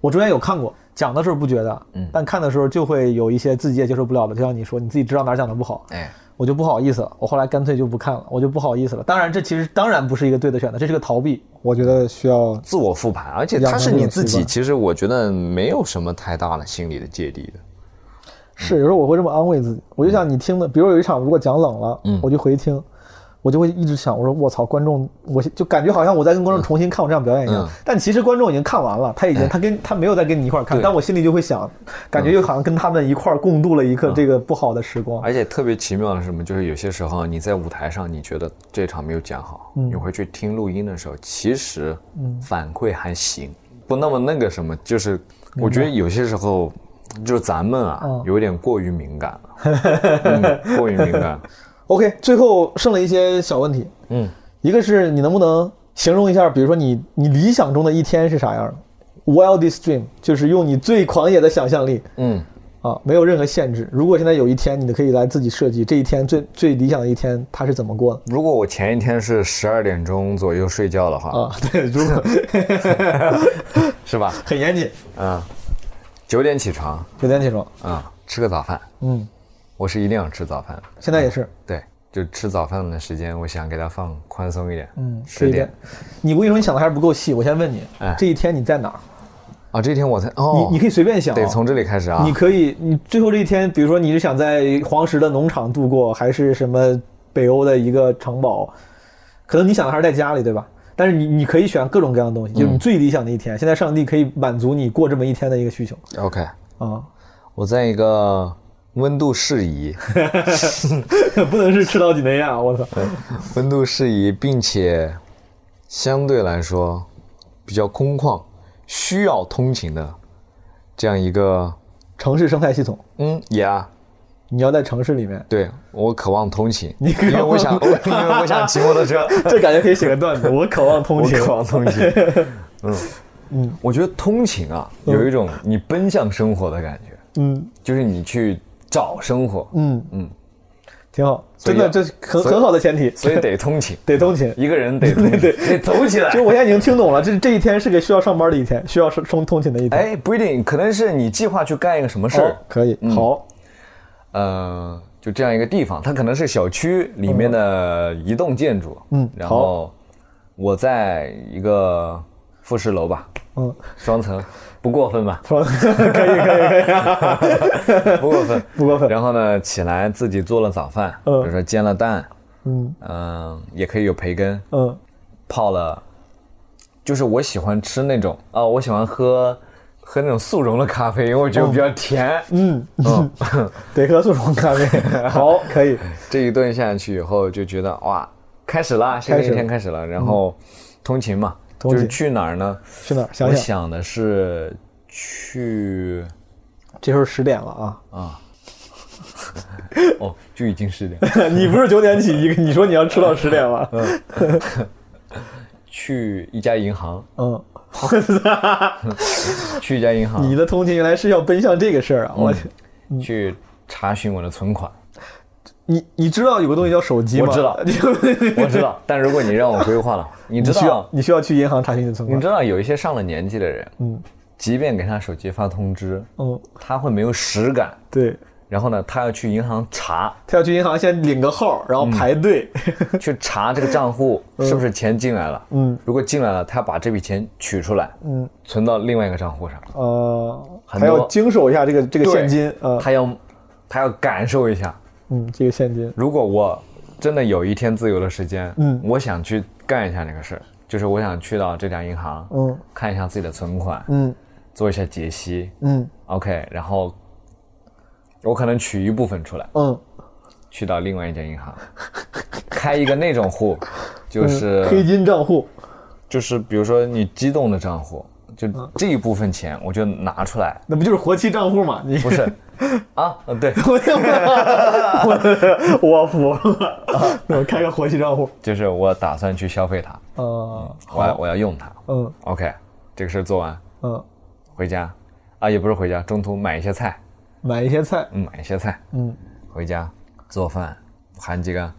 我中间有看过，讲的时候不觉得，嗯，但看的时候就会有一些自己也接受不了的，就像你说，你自己知道哪儿讲的不好，
哎，
我就不好意思了。我后来干脆就不看了，我就不好意思了。当然，这其实当然不是一个对的选择，这是个逃避。我觉得需要
自我复盘，而且它是你自
养成这种习
己，
惯
其实我觉得没有什么太大的心理的芥蒂的。
是，有时候我会这么安慰自己，我就想你听的，比如有一场如果讲冷了，我就回听，我就会一直想，我说我操，观众，我就感觉好像我在跟观众重新看我这场表演一样，
嗯哎
但其实观众已经看完了，他已经他跟他没有再跟你一块儿看，
对嗯
但我心里就会想，感觉又好像跟他们一块儿共度了一个这个不好的时光，
而且特别奇妙的是什么？就是有些时候啊你在舞台上，你觉得这场没有讲好，
嗯
你回去听录音的时候，其实反馈还行，不那么那个什么。就是我觉得有些时候，就是咱们啊，
嗯
有点过于敏感了，嗯、过于敏感。
OK，最后剩了一些小问题，
嗯，
一个是你能不能形容一下，比如说你你理想中的一天是啥样的？Wildest dream，就是用你最狂野的想象力，
嗯，
啊，没有任何限制。如果现在有一天，你可以来自己设计这一天最最理想的一天，它是怎么过的？
如果我前一天是十二点钟左右睡觉的话，
啊， 对，如果
是吧？
很严谨，
九点起床，
九点起床，
啊、吃个早饭，
嗯，
我是一定要吃早饭的。
现在也是，
对，就吃早饭的时间，我想给它放宽松一点，
嗯，这
十
一
点
天。你我跟你说，你想的还是不够细。我先问你，
哎
这一天你在哪儿？
啊，这天我才哦，
你你可以随便想啊、
得从这里开始啊，
你可以，你最后这一天，比如说你是想在黄石的农场度过，还是什么北欧的一个城堡？可能你想的还是在家里，对吧？但是你你可以选各种各样的东西，就是
嗯
你最理想的一天。现在上帝可以满足你过这么一天的一个需求
OK，
啊，
我在一个温度 适宜，
不能是赤道几内亚，我操！
温度适宜，并且相对来说比较空旷，需要通勤的这样一个，
城市生态系统，
嗯，yeah，
你要在城市里面，
对我渴望通勤，
你渴望
因为我想，我因为我想骑摩 托车，
这感觉可以写个段子。我渴望通
我
勤，
渴望通 勤，嗯嗯，我觉得通勤啊，有一种你奔向生活的感觉，
嗯
就是你去找生活，
嗯
嗯，
挺好，
所以
真
啊
的，这是很
所以
很好的前提，
所以得通勤。
得通勤。
一个人得 对对得走起来。
就我现在已经听懂了，这这一天是个需要上班的一天，需要生通通勤的一天。
哎，不一定，可能是你计划去干一个什么事儿
哦，可以，
嗯
好，
呃，就这样一个地方，它可能是小区里面的一栋建筑，
嗯
然后我在一个复式楼吧，
嗯，
双层，不过分吧？
说可以，可以，可以，
不过分，
不过分
然后呢，起来自己做了早饭，
嗯
比如说煎了蛋，
嗯
嗯、也可以有培根，
嗯
泡了，就是我喜欢吃那种啊、我喜欢喝喝那种速溶的咖啡，因为我觉得比较甜。
嗯，
嗯，
得喝速溶 咖啡，好，可以，
这一顿下去以后就觉得哇，开始啦，新的一天开始了，然后通勤嘛，
嗯通
就
勤
是去哪儿呢？
去哪儿想
我
想，
想的是去
这时候十点了 啊，
哦，就已经十点，
你不是九点起一个，你说你要吃到十点吗？
去一家银行，
嗯，哦
去一家银
你
行，
的通勤原来是要奔向这个事儿啊，我去。
去查询我的存款。
你你知道有个东西叫手机吗？
我 知道我知道，但如果你让我规划了，你
你
知
需要
道，嗯
你需要去银行查询你的存
你
款
知。道有一些上了年纪的人，
嗯
即便给他手机发通知，
嗯，
他会没有实感。
对，
然后呢，他要去银行查，
他要去银行先领个号，然后排队。
去查这个账户是不是钱进来了。
嗯，
如果进来了，他把这笔钱取出来，
嗯，
存到另外一个账户上。
呃，
嗯很
还要
多
经手一下这个这个
对
现金啊，
他要，他要感受一下。
嗯，这个现金，
如果我真的有一天自由的时间，
嗯
我想去干一下这个事儿，就是我想去到这家银行，
嗯
看一下自己的存款，
嗯
做一下解析。
嗯
OK，然后我可能取一部分出来，
嗯，
去到另外一家银行，开一个那种 户，就是
嗯黑金账户，
就是比如说你激动的账户，就
嗯
这一部分钱我就拿出来，
那不就是活期账户吗？ 你
不是 啊，呃对，
我我我 服了，我开个活期账户，
就是我打算去消费它，
哦
啊，
我要我要用它。
嗯
OK，这个事儿做完
嗯，
回家，啊也不是回家，中途买一些菜，
买一些菜，
嗯买一些菜，
嗯，
回家做饭，含几个
嗯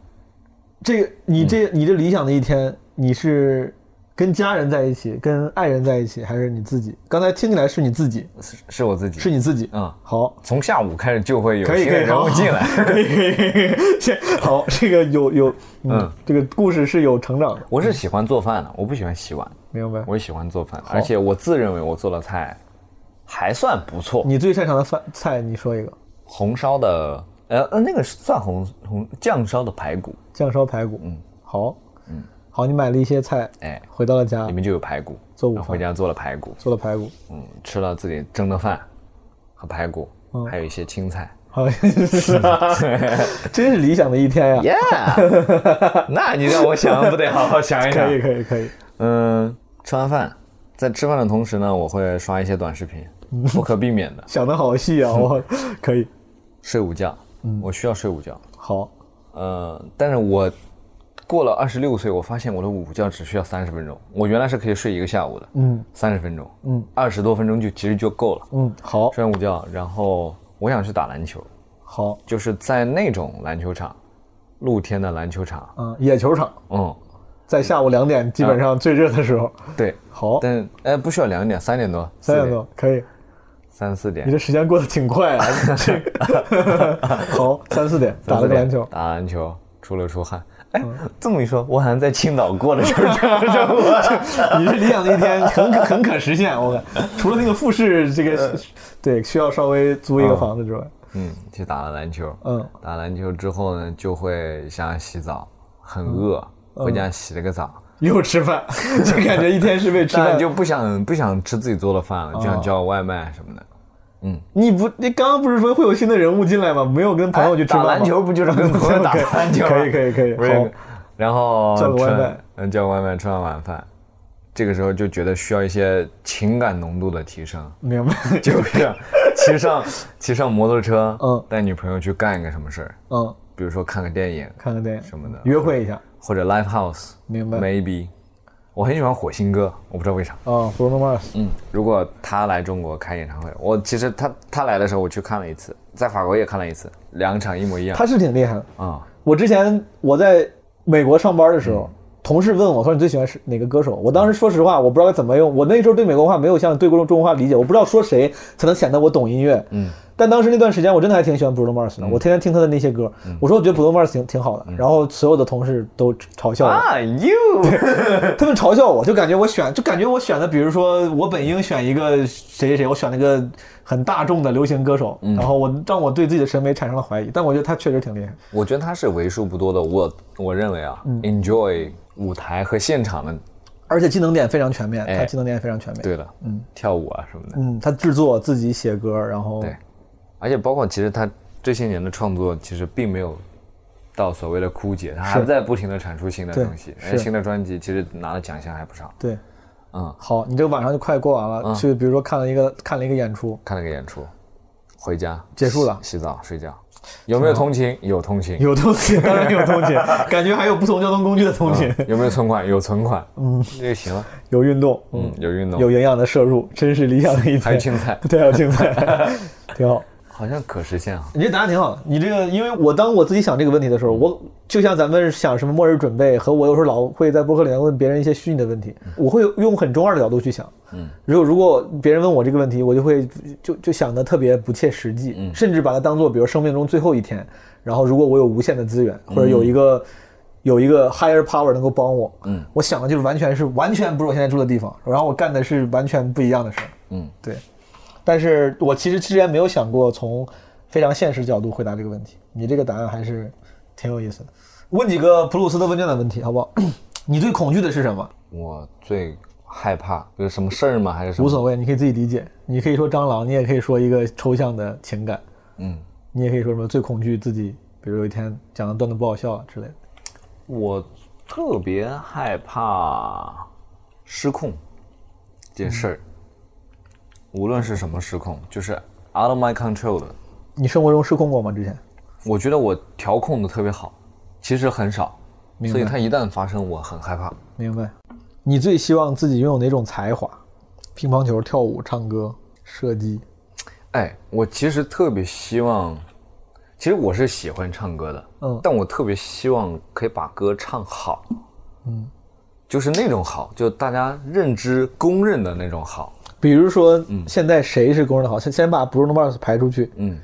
这个你这你这理想的一天，你是
跟家人在一起，跟爱人在一起，还是你自己？刚才听起来是你自己，
是是我自己，
是你自己。
嗯
好，
从下午开始就会有
可以
新的
可以
人物
好
进来。
可以可以可以，先好，哦这个有有，嗯，这个故事是有成长的，
我是喜欢做饭的，我不喜欢洗碗，
明白？
我喜欢做饭，而且我自认为我做的菜还算不错。
你最擅长的饭菜，你说一个，
红烧的，呃呃，那个是算红红酱烧的排骨，
酱烧排骨。嗯，好，嗯，好，你买了一些菜，
哎
回到了家
里，面就有排骨，
做午
然后回
饭
家做了排骨，
做了排骨，
嗯，吃了自己蒸的饭和排骨，
嗯
还有一些青菜。
好，真是理想的一天呀！
Yeah，那你让我想，不得好好想一想。
可以，可以，可以，
嗯，吃完饭，在吃饭的同时呢，我会刷一些短视频， 不可避免的。
想的好细 啊！我可以，
睡午觉，
嗯
我需要睡午觉。
好，
呃，但是我过了二十六岁，我发现我的午觉只需要三十分钟。我原来是可以睡一个下午的，
嗯
三十分钟，嗯，二十多分钟就其实就够了。
嗯，好，
睡完午觉，然后我想去打篮球，
好，
就是在那种篮球场，露天的篮球场，
嗯，野球场
嗯，
在下午两点，基本上最热的时候。
对。
好，
但呃，不需要两点，三点多，
三
四
点多，可以。
三四点
你，这时间过得挺快啊！ 这个好，三四点打了个篮球，
打篮球出了出汗。哎，
嗯
这么一说，我好像在青岛过的就是 这样的生活。
你这理想的一 天很可很可实现。我感除了那个复试，这个对需要稍微租一个房子之外，
嗯，去打了篮球。
嗯，
打篮球之后呢，就会想洗澡，很饿，
嗯
回家洗了个澡。
又吃饭，就感觉一天是被吃
当然
饭。
就不想不想吃自己做的饭了，就
嗯
想叫外卖什么的。
你不，你刚刚不是说会有新的人物进来吗？没有跟朋友去吃
哎打
饭
篮
吗
球不就是 跟朋友打
可以
篮球吗？啊
可以可以可以
不是
好，
然后
叫个外卖
吃，嗯，叫外卖，吃完晚饭，这个时候就觉得需要一些情感浓度的提升。
明白？
就是骑上骑上摩托车，
嗯
带女朋友去干一个什么事儿，
嗯，
比如说看个电影
看个电影
什么的，
约会一下。
或者 live house，
明白
？maybe，我很喜欢火星哥，我不知道为啥。
啊，Bruno Mars，
嗯，如果他来中国开演唱会，我其实他他来的时候我去看了一次，在法国也看了一次，两场一模一样。
他是挺厉害的。
啊、
我之前我在美国上班的时
嗯
候，同事问我说你最喜欢是哪个歌手？我当时说实话，我不知道该怎么用。我那时候对美国话没有像对中中国话理解，我不知道说谁才能显得我懂音乐。嗯。但当时那段时间，我真的还挺喜欢 Bruno
嗯
Mars 的，我天天听他的那些歌。我说我觉得 Bruno Mars 挺挺好的，然后所有的同事都嘲笑我。
啊，you，
他们嘲笑我，就感觉我选，就感觉我选的，比如说我本应选一个谁谁谁，我选了一个很大众的流行歌手，
嗯
然后我让我对自己的审美产生了怀疑，但我觉得他确实挺厉害。
我觉得他是为数不多的，我我认为啊、e
嗯
n j o y 舞台和现场的，
而且技能点非常全面，
哎
他技能点也非常全面。，
对了，嗯，跳舞啊什么的，
嗯，他制作自己写歌，然后
对，而且包括其实他这些年的创作，其实并没有到所谓的枯竭，他还在不停的产出新的
对
东西。
是
而且新的专辑其实拿的奖项还不少。
对，
嗯，
好，你这个晚上就快过完了，去比如说看了一个看了一个演出，
看了个演出，回家
结束了
洗洗澡睡觉，有没有通勤？有通勤。
有通勤，当然有 通勤，感觉还有不同交通工具的通勤，
有没有存款？有存款，嗯，这就行了。
有运动，嗯，
嗯，有运动，
有营养的摄入，真是理想的一天。
还有青菜
对，还有青菜， 挺好。
好像可实现啊。
你这答案挺好的。你这个，因为我当我自己想这个问题的时候，我就像咱们想什么末日准备，和我有时候老会在博客里面问别人一些虚拟的问题，我会用很中二的角度去想。嗯，如果如果别人问我这个问题，我就会就就想的特别不切实际，甚至把它当做比如生命中最后一天。然后如果我有无限的资源，或者有一个、有一个 higher power 能够帮我，嗯，我想的就是完全是完全不是我现在住的地方，然后我干的是完全不一样的事儿。
嗯，
对。但是我其实之前没有想过从非常现实角度回答这个问题。你这个答案还是挺有意思的。问几个普鲁斯特问卷的问题，好不好？ 你最恐惧的是什么？
我最害怕有什么事儿吗？还是什么？
无所谓，你可以自己理解。你可以说蟑螂，你也可以说一个抽象的情感，
嗯，
你也可以说什么最恐惧自己，比如有一天讲的段子不好笑啊之类的。
我特别害怕失控这件事儿，无论是什么失控，就是 out of my control 的。
你生活中失控过吗？之前？
我觉得我调控的特别好，其实很少，
明白
所以它一旦发生，我很害怕。
明白。你最希望自己拥有哪种才华？乒乓球、跳舞、唱歌、射击。
哎，我其实特别希望，其实我是喜欢唱歌的，
嗯
但我特别希望可以把歌唱好，嗯，就是那种好，就大家认知公认的那种好。
比如说，现在谁是公认的好？先先把 Bruno Mars 排出去，
嗯，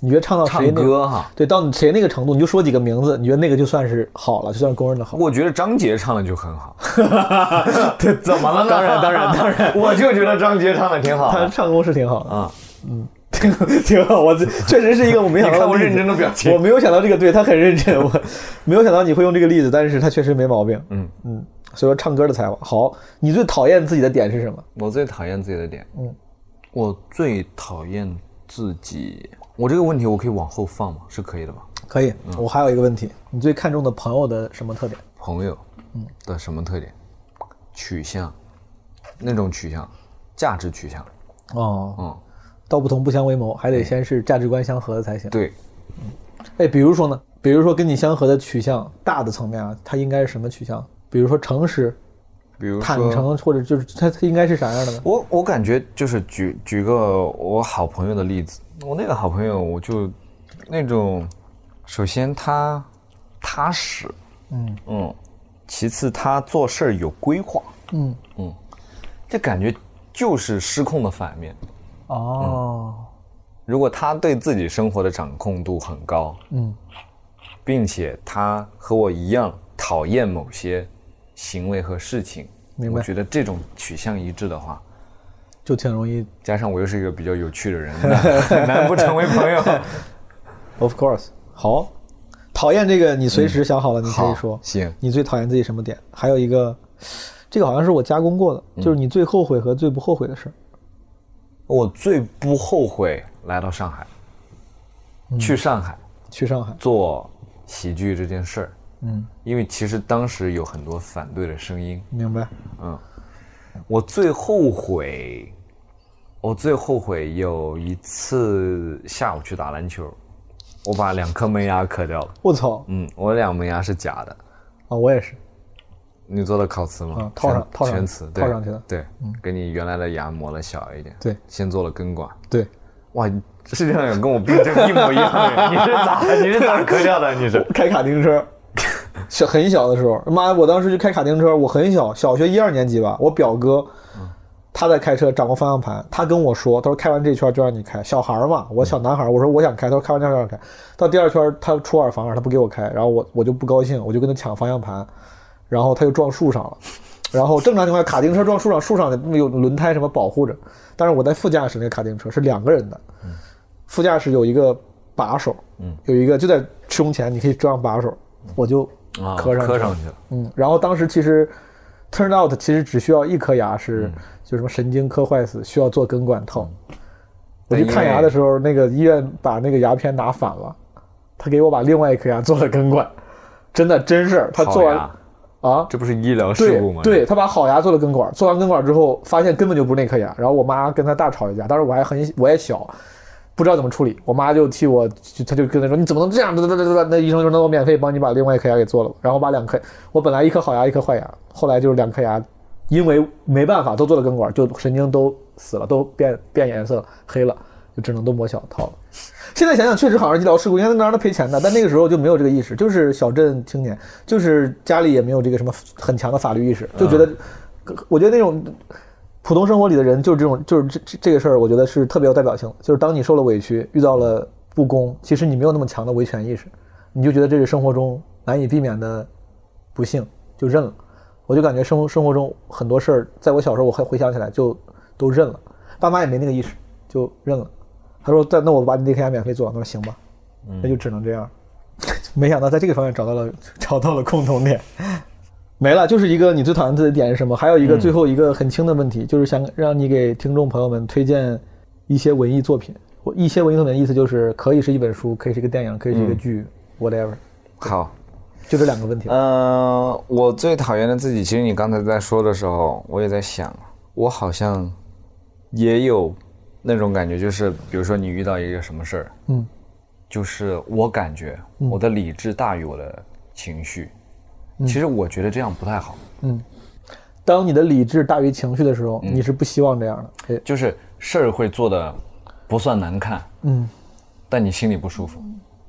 你觉得唱到谁
唱
那
歌哈
对，到你谁那个程度，你就说几个名字，你觉得那个就算是好了，就算是公认的好。
我觉得张杰唱的就很好，
对，怎么了？当然，当然，当然，
我就觉得张杰唱的挺好
他
的。
唱功是挺好的
啊，
嗯，挺挺好。我这确实是一个我没 想到的
你看我
例子
认真的表情
我没有想到这个，对他很认真，我没有想到你会用这个例子，但是他确实没毛病。
嗯
嗯，所以说唱歌的才华好。你最讨厌自己的点是什么？
我最讨厌自己的点，嗯，我最讨厌自己。我这个问题我可以往后放吗？是可以的吧？
可以，我还有一个问题，你最看重的朋友的什么特点？
朋友
嗯
的什么特点？取向，那种取向，价值取向。
哦，
嗯，
道不同不相为谋，哦还得先是价值观相合的才行。
对，
哎，比如说呢，比如说跟你相合的取向，大的层面啊，它应该是什么取向？比如说诚实、
比如说
坦诚，或者就是它它应该是啥样的呢？
我我感觉就是举举个我好朋友的例子，我那个好朋友我就那种，首先他踏实，嗯嗯，其次他做事儿有规划，
嗯
嗯，这感觉就是失控的反面。
哦，
如果他对自己生活的掌控度很高，
嗯，
并且他和我一样讨厌某些行为和事情，
明白
我觉得这种取向一致的话，
就挺容易
加上我又是一个比较有趣 的人，那很难不成为朋友。
，of course。好，讨厌这个你随时想好了， 你可以
好
说。
行
你最讨厌自己什么点？还有一个，这个好像是我加工过的，就是你最后悔和最不后悔的事儿。
我最不后悔来到上海，
嗯
去上海
去上海，
做喜剧这件事儿，
嗯，
因为其实当时有很多反对的声音。
明白。
我最后悔，我最后悔有一次下午去打篮球，我把两颗门牙磕掉了。
我操
嗯，我两门牙是假的。
啊！我也是，
你做的烤瓷吗？
啊套上
全
套上
全瓷，
套
对
上去的嗯
对，给你原来的牙磨了小一点，
对
先做了 根管。
对，
哇，世界上有跟我病症一模一样的人，你是咋你是咋磕掉的？你是
开卡丁车，小很小的时候，妈，我当时去开卡丁车，我很小，小学一二年级吧。我表哥，他在开车，掌握方向盘，他跟我说，他说开完这圈就让你开，小孩儿嘛，我小男孩儿，我说我想开，他说开完这圈让我开，到第二圈他出尔反尔，他不给我开，然后我我就不高兴，我就跟他抢方向盘，然后他就撞树上 了。然后正常情况下，卡丁车撞树上，树上有轮胎什么保护着，但是我在副驾驶那个卡丁车是两个人的，副驾驶有一个把手，嗯，有一个就在胸前，你可以遮上把手，我就
啊
磕上
磕
了
上去了。
嗯，然后当时其实 turn out 其实只需要一颗牙是、
嗯
就什么神经科坏死，需要做根管套。我去
但因
看
为
牙的时候，那个医院把那个牙片拿反了，他给我把另外一颗牙做了根管，真的真事儿，他做完
好呀
啊，
这不是医疗事
对
故吗？
对，他把好牙做了根管，做完根管之后，发现根本就不是那颗牙。然后我妈跟他大吵一架，当时我还很我也小，不知道怎么处理。我妈就替我，就她就跟他说：“你怎么能这样？”哒哒哒哒哒那医生就说：“那我免费帮你把另外一颗牙给做了。”然后把两颗，我本来一颗好牙，一颗坏牙，后来就是两颗牙，因为没办法都做了根管，就神经都死了，都变变颜色了，黑了，就只能都磨小套了。现在想想，确实好像是医疗事故，应该能让他赔钱的。但那个时候就没有这个意识，就是小镇青年，就是家里也没有这个什么很强的法律意识，就觉得，我觉得那种普通生活里的人，就是这种，就是这这这个事儿，我觉得是特别有代表性的。就是当你受了委屈，遇到了不公，其实你没有那么强的维权意识，你就觉得这是生活中难以避免的不幸，就认了。我就感觉生生活中很多事儿，在我小时候，我还回想起来就都认了，爸妈也没那个意识，就认了。他说：“但那我把你那颗牙免费做了。”我说：“行吧，那就只能这样。 没想到在这个方面找到了找到了共同点，没了，就是一个你最讨厌自己的点是什么？还有一个最后一个很轻的问题，就是想让你给听众朋友们推荐一些文艺作品。我一些文艺作品的意思就是可以是一本书，可以是一个电影，可以是一个剧、w h a t e v e r
好。
就这两个问题。
呃，我最讨厌的自己，其实你刚才在说的时候，我也在想，我好像也有那种感觉，就是比如说你遇到一个什么事儿，
嗯，
就是我感觉我的理智大于我的情绪，
嗯
其实我觉得这样不太好，
当你的理智大于情绪的时候，你是不希望这样的。哎
就是事儿会做的不算难看，
嗯
但你心里不舒服，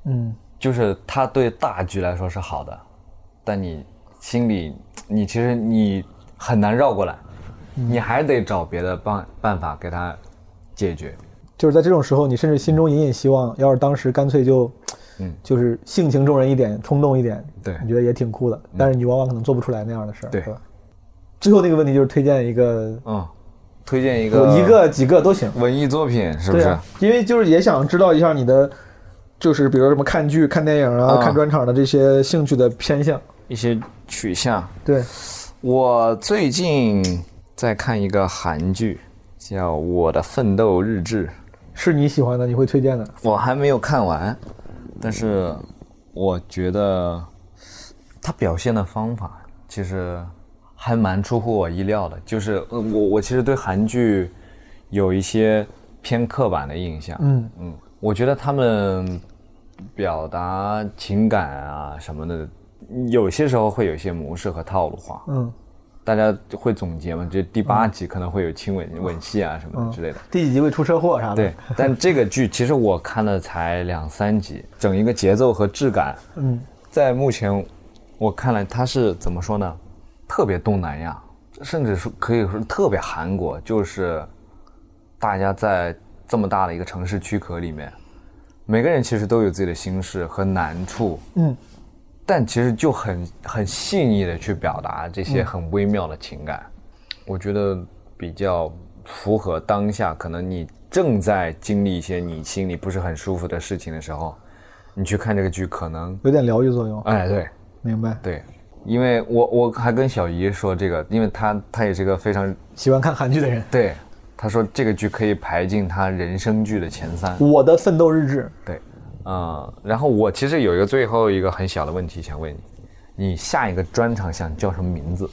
嗯，
就是它对大局来说是好的，但你心里你其实你很难绕过来，
嗯
你还得找别的办办法给他解决。
就是在这种时候，你甚至心中隐隐希望，要是当时干脆就，
嗯
就是性情中人一点，冲动一点，
对嗯
你觉得也挺酷的。但是你往往可能做不出来那样的事儿，
对
是吧？最后那个问题就是推荐一个，
嗯，推荐一
我
个
一个几个都行，
文艺作品，是不
对
是？
啊，因为就是也想知道一下你的，就是比如什么看剧、看电影啊、
啊
看专场的这些兴趣的偏向。
一些取向。
对，
我最近在看一个韩剧，叫《我的奋斗日志》，
是你喜欢的，你会推荐的。
我还没有看完，但是我觉得他表现的方法其实还蛮出乎我意料的。就是呃我我其实对韩剧有一些偏刻板的印象，
嗯
嗯，我觉得他们表达情感啊什么的，有些时候会有一些模式和套路化，
嗯，
大家会总结嘛，就第八集可能会有亲吻吻戏啊什
嗯
么的之类的。
第几集会出车祸啥的？
对，但这个剧其实我看了才两三集，整一个节奏和质感，
嗯，
在目前我看来，它是怎么说呢？特别东南亚，甚至说可以说特别韩国，就是大家在这么大的一个城市躯壳里面，每个人其实都有自己的心事和难处，
嗯，
但其实就很很细腻的去表达这些很微妙的情感，我觉得比较符合当下，可能你正在经历一些你心里不是很舒服的事情的时候，你去看这个剧，可能，
有点疗愈作用。
哎，对，
明白。
对，因为我我还跟小姨说这个，因为她她也是个非常
喜欢看韩剧的人，
对，她说这个剧可以排进她人生剧的前三。
《我的奋斗日志
对，嗯，然后我其实有一个最后一个很小的问题想问你，你下一个专场想叫什么名字？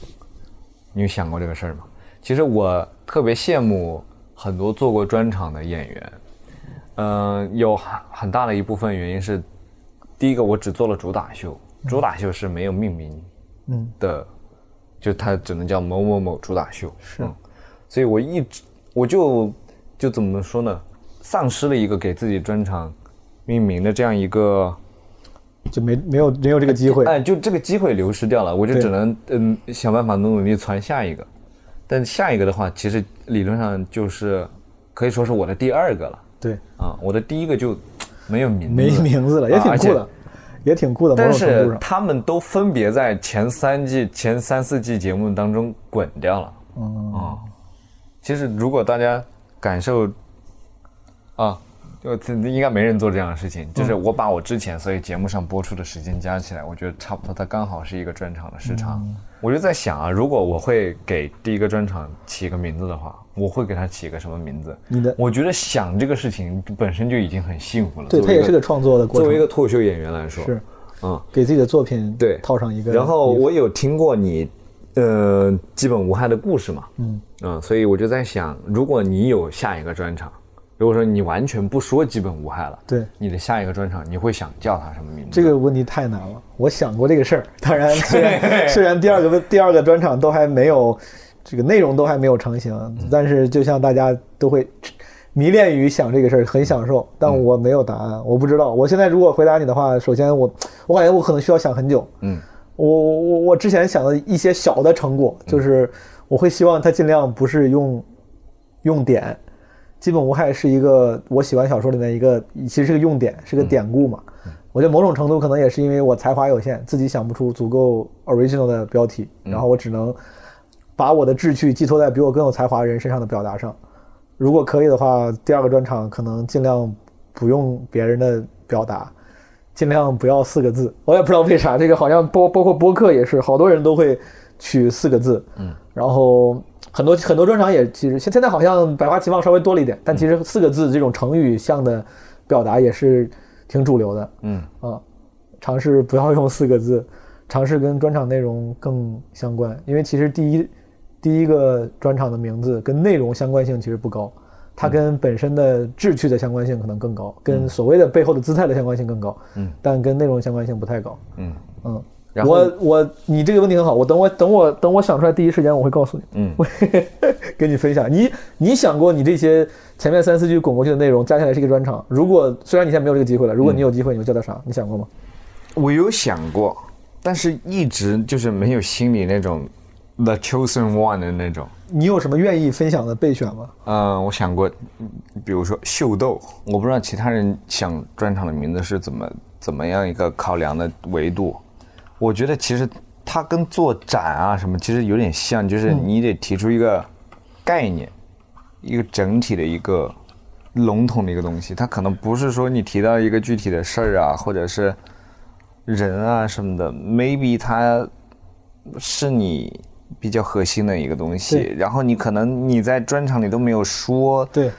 你有想过这个事儿吗？其实我特别羡慕很多做过专场的演员，嗯、有很很大的一部分原因是，第一个我只做了主打秀，主打秀是没有命名，嗯的，就它只能叫某某某主打秀，嗯是、所以我一直我就就怎么说呢，丧失了一个给自己专场命名的这样一个，》，
就没没有没有这个机会。
哎，就这个机会流失掉了，我就
对
只能嗯想办法努努力传下一个，但下一个的话，其实理论上就是可以说是我的第二个了
对，
啊，我的第一个就没有名字，
没名字了，也
啊
挺
而
酷
且
的，也挺酷的。某
但
种程度
是
上，
他们都分别在前三季、前三四季节目当中滚掉了。嗯，其实如果大家感受啊，就这应该没人做这样的事情。就是
嗯
我把我之前所有节目上播出的时间加起来，我觉得差不多，它刚好是一个专场的时长。
嗯
我就在想啊，如果我会给第一个专场起一个名字的话，我会给它起一个什么名字？
你的
我觉得想这个事情本身就已经很幸福了。
对
作
它
为一
也是个创作的过
作为一
程，
个脱口秀演员来说，
是
嗯，
给自己的作品
对
套上一个。
然后我有听过你，呃，基本无害的故事嘛，嗯所以我就在想，如果你有下一个专场，如果说你完全不说基本无害了，
对
你的下一个专场你会想叫它什么名字？
这个问题太难了，我想过这个事儿。 当然，虽然虽然第二个问第二个专场都还没有，这个内容都还没有成型，但是就像大家都会迷恋于想这个事儿，很享受。但我没有答案，我不知道。我现在如果回答你的话，首先我我感觉我可能需要想很久。
嗯，
我我我我之前想的一些小的成果，就是我会希望它尽量不是用用典。基本无害是一个我喜欢小说里面一个，其实是个用典，是个典故嘛。我觉得某种程度可能也是因为我才华有限，自己想不出足够 original 的标题，然后我只能把我的志趣寄托在比我更有才华的人身上的表达上。如果可以的话，第二个专场可能尽量不用别人的表达，尽量不要四个字。我也不知道为啥，这个好像包包括播客也是，好多人都会取四个字。嗯，然后很多很多专场也其实现现在好像百花齐放稍微多了一点，但其实四个字这种成语向的表达也是挺主流的。
嗯
啊，尝试不要用四个字，尝试跟专场内容更相关，因为其实第一第一个专场的名字跟内容相关性其实不高，它
嗯
跟本身的志趣的相关性可能更高，跟所谓的背后的姿态的相关性更高，嗯，但跟内容相关性不太高，
嗯
嗯。
然后
我我你这个问题很好，我等我等我等我想出来第一时间我会告诉你，
嗯
我会 跟你分享。你你想过你这些前面三四句滚过去的内容加起来是一个专场？
嗯
如果虽然你现在没有这个机会了，如果你有机会，你会叫它啥？你想过吗？
我有想过，但是一直就是没有心里那种 the chosen one 的那种。
你有什么愿意分享的备选吗？
嗯，我想过，嗯比如说秀逗，我不知道其他人想专场的名字是怎么怎么样一个考量的维度。我觉得其实它跟做展啊什么其实有点像，就是
嗯
你得提出一个概念，一个整体的一个笼统的一个东西。它可能不是说你提到一个具体的事儿啊，或者是人啊什么的，maybe 它是你比较核心的一个东西
对。
然后你可能你在专场里都没有说
对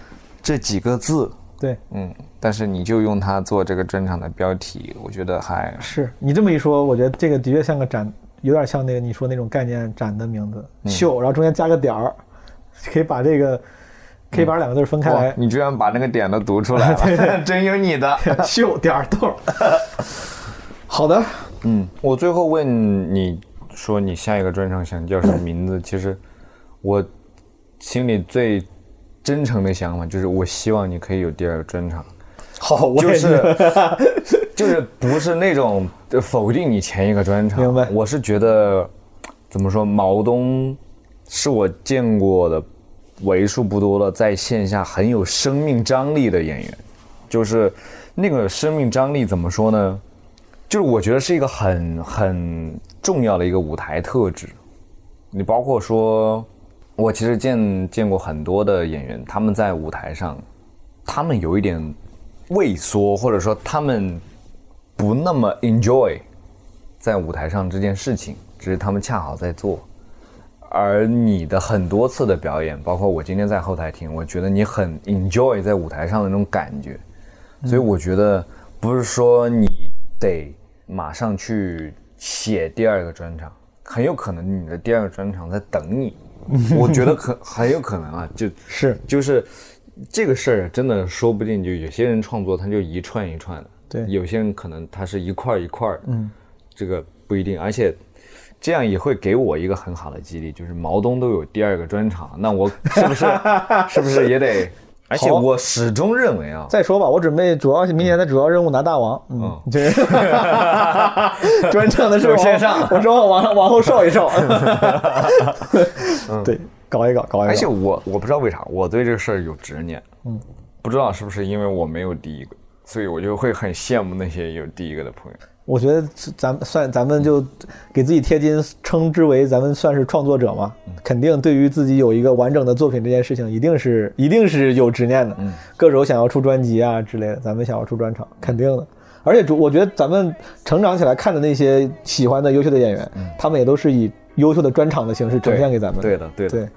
这几个字，
对，
嗯，但是你就用它做这个专场的标题，我觉得还
是你这么一说，我觉得这个的确像个展，有点像那个你说那种概念展的名字，秀，然后中间加个点儿，可以把这个可以把两个字儿分开
哇
来，，
你居然把那个点都读出 来了， 真有你的。
秀点儿逗。好的，
嗯，我最后问你说你下一个专场想叫什么名字？其实我心里最真诚的想法就是，我希望你可以有第二个 专场，
好，哦我
就
也
是就是不是那种否定你前一个专场。
明白
我是觉得怎么说，毛东是我见过的为数不多的在线下很有生命张力的演员，就是那个生命张力怎么说呢？就是我觉得是一个很很重要的一个舞台特质。你包括说，我其实见见过很多的演员，他们在舞台上，他们有一点畏缩，或者说他们不那么 enjoy 在舞台上这件事情，只是他们恰好在做。而你的很多次的表演，包括我今天在后台听，我觉得你很 enjoy 在舞台上的那种感觉，所以我觉得不是说你得马上去写第二个专场，很有可能你的第二个专场在等 你。我觉得可很有可能啊， 就是就是这个事儿啊真的说不定，就有些人创作他就一串一串的，
对
有些人可能他是一块儿一块儿的，嗯，这个不一定，而且。这样也会给我一个很好的激励，就是毛东都有第二个专场，那我是 不是是不是也 得？而且
好
我始终认为啊，
再说吧，我准备主要明年
嗯
的主要任务拿大王，嗯，这 专场的事
走线上
往我说我往往后稍一 稍，
嗯
对，搞一搞，搞一搞，
而且我我不知道为啥我对这个事儿有执念，嗯，不知道是不是因为我没有第一个，所以我就会很羡慕那些有第一个的朋友。
我觉得咱们算咱们就给自己贴金，称之为咱们算是创作者嘛。
嗯
肯定对于自己有一个完整的作品这件事情，一定是一定是有执念的。
嗯
歌手想要出专辑啊之类的，咱们想要出专场，肯定的。而且主，我觉得咱们成长起来看的那些喜欢的优秀的演员，他们也都是以优秀的专场的形式呈现给咱们。
嗯对的，对的。
对，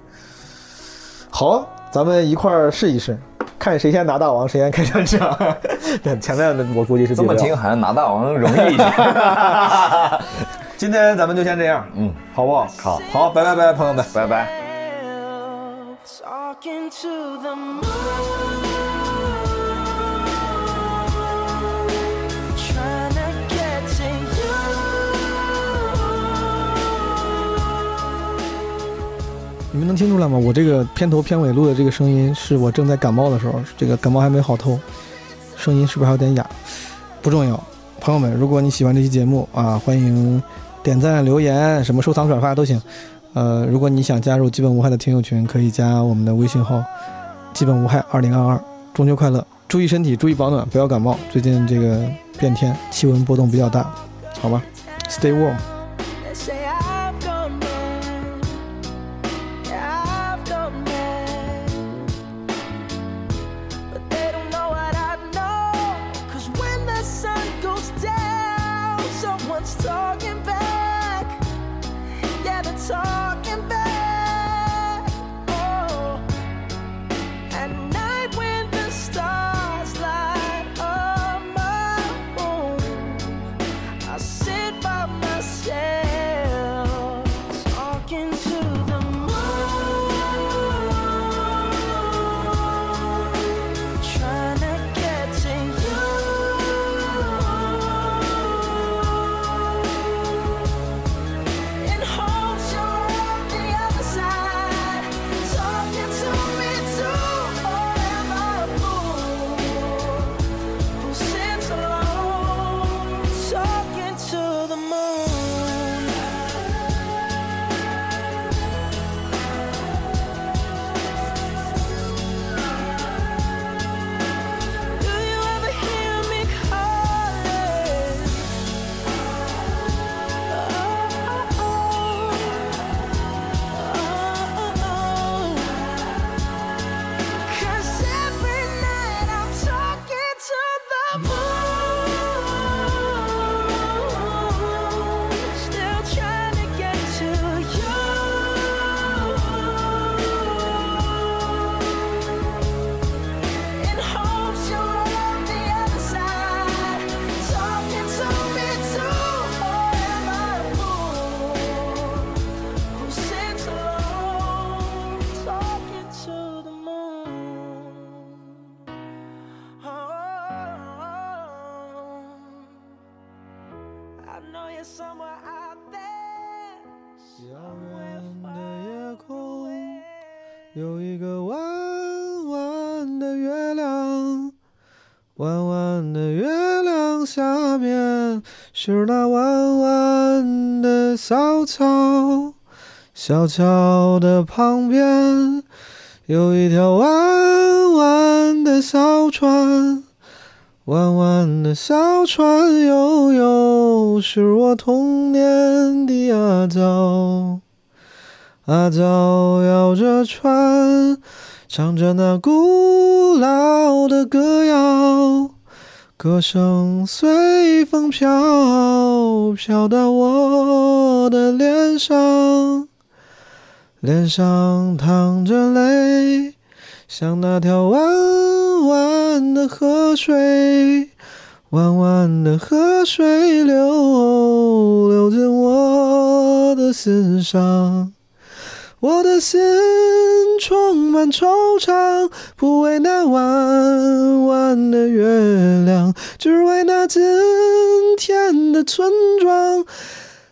好，咱们一块儿试一试，看谁先拿大王，谁先开专场。 对，前面的我估计是
这么
比不了
听好像拿大王容易一 些。
今天咱们就先这样，嗯，好不好？好，好，拜拜拜，朋友们，
拜拜。
Talking to the moon, trying to get to you.
你们能听出来吗？我这个片头片尾录的这个声音，是我正在感冒的时候，这个感冒还没好透，声音是不是还有点哑？不重要，朋友们，如果你喜欢这期节目啊，欢迎点赞、留言、什么收藏、转发都行。呃，如果你想加入基本无害的听友群，可以加我们的微信号“基本无害二零二二”。中秋快乐，注意身体，注意保暖，不要感冒。最近这个变天，气温波动比较大，好吧，Stay warm。
They say I've gone mad. Yeah, I've gone mad. But they don't know what I know. Cause when the sun goes down, someone's talking back. Yeah, they're talking back. Oh. At night when the stars light up my room. I sit by myself, talking to the moon, trying to get to you. oh, Oh, oh, Oh, know you're somewhere out there.
遥远的夜空
Hey,
有一个弯弯的月亮，弯弯的月亮下面是那弯弯的小桥，小桥的旁边有一条弯弯的小船，弯弯的小船悠悠，是我童年的阿娇。阿娇摇着船，唱着那古老的歌谣，歌声随风飘，飘到我的脸上，脸上淌着泪，像那条弯弯的河水，弯弯的河水流流进我的心上。我的心充满惆怅，不为那弯弯的月亮，只为那今天的村庄，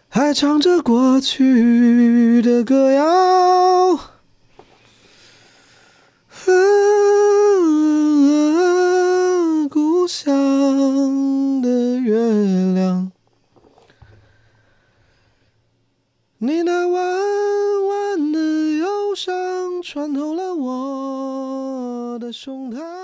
还唱着过去的歌谣。啊，故乡的月亮。你那弯弯的忧伤穿透了我的胸膛。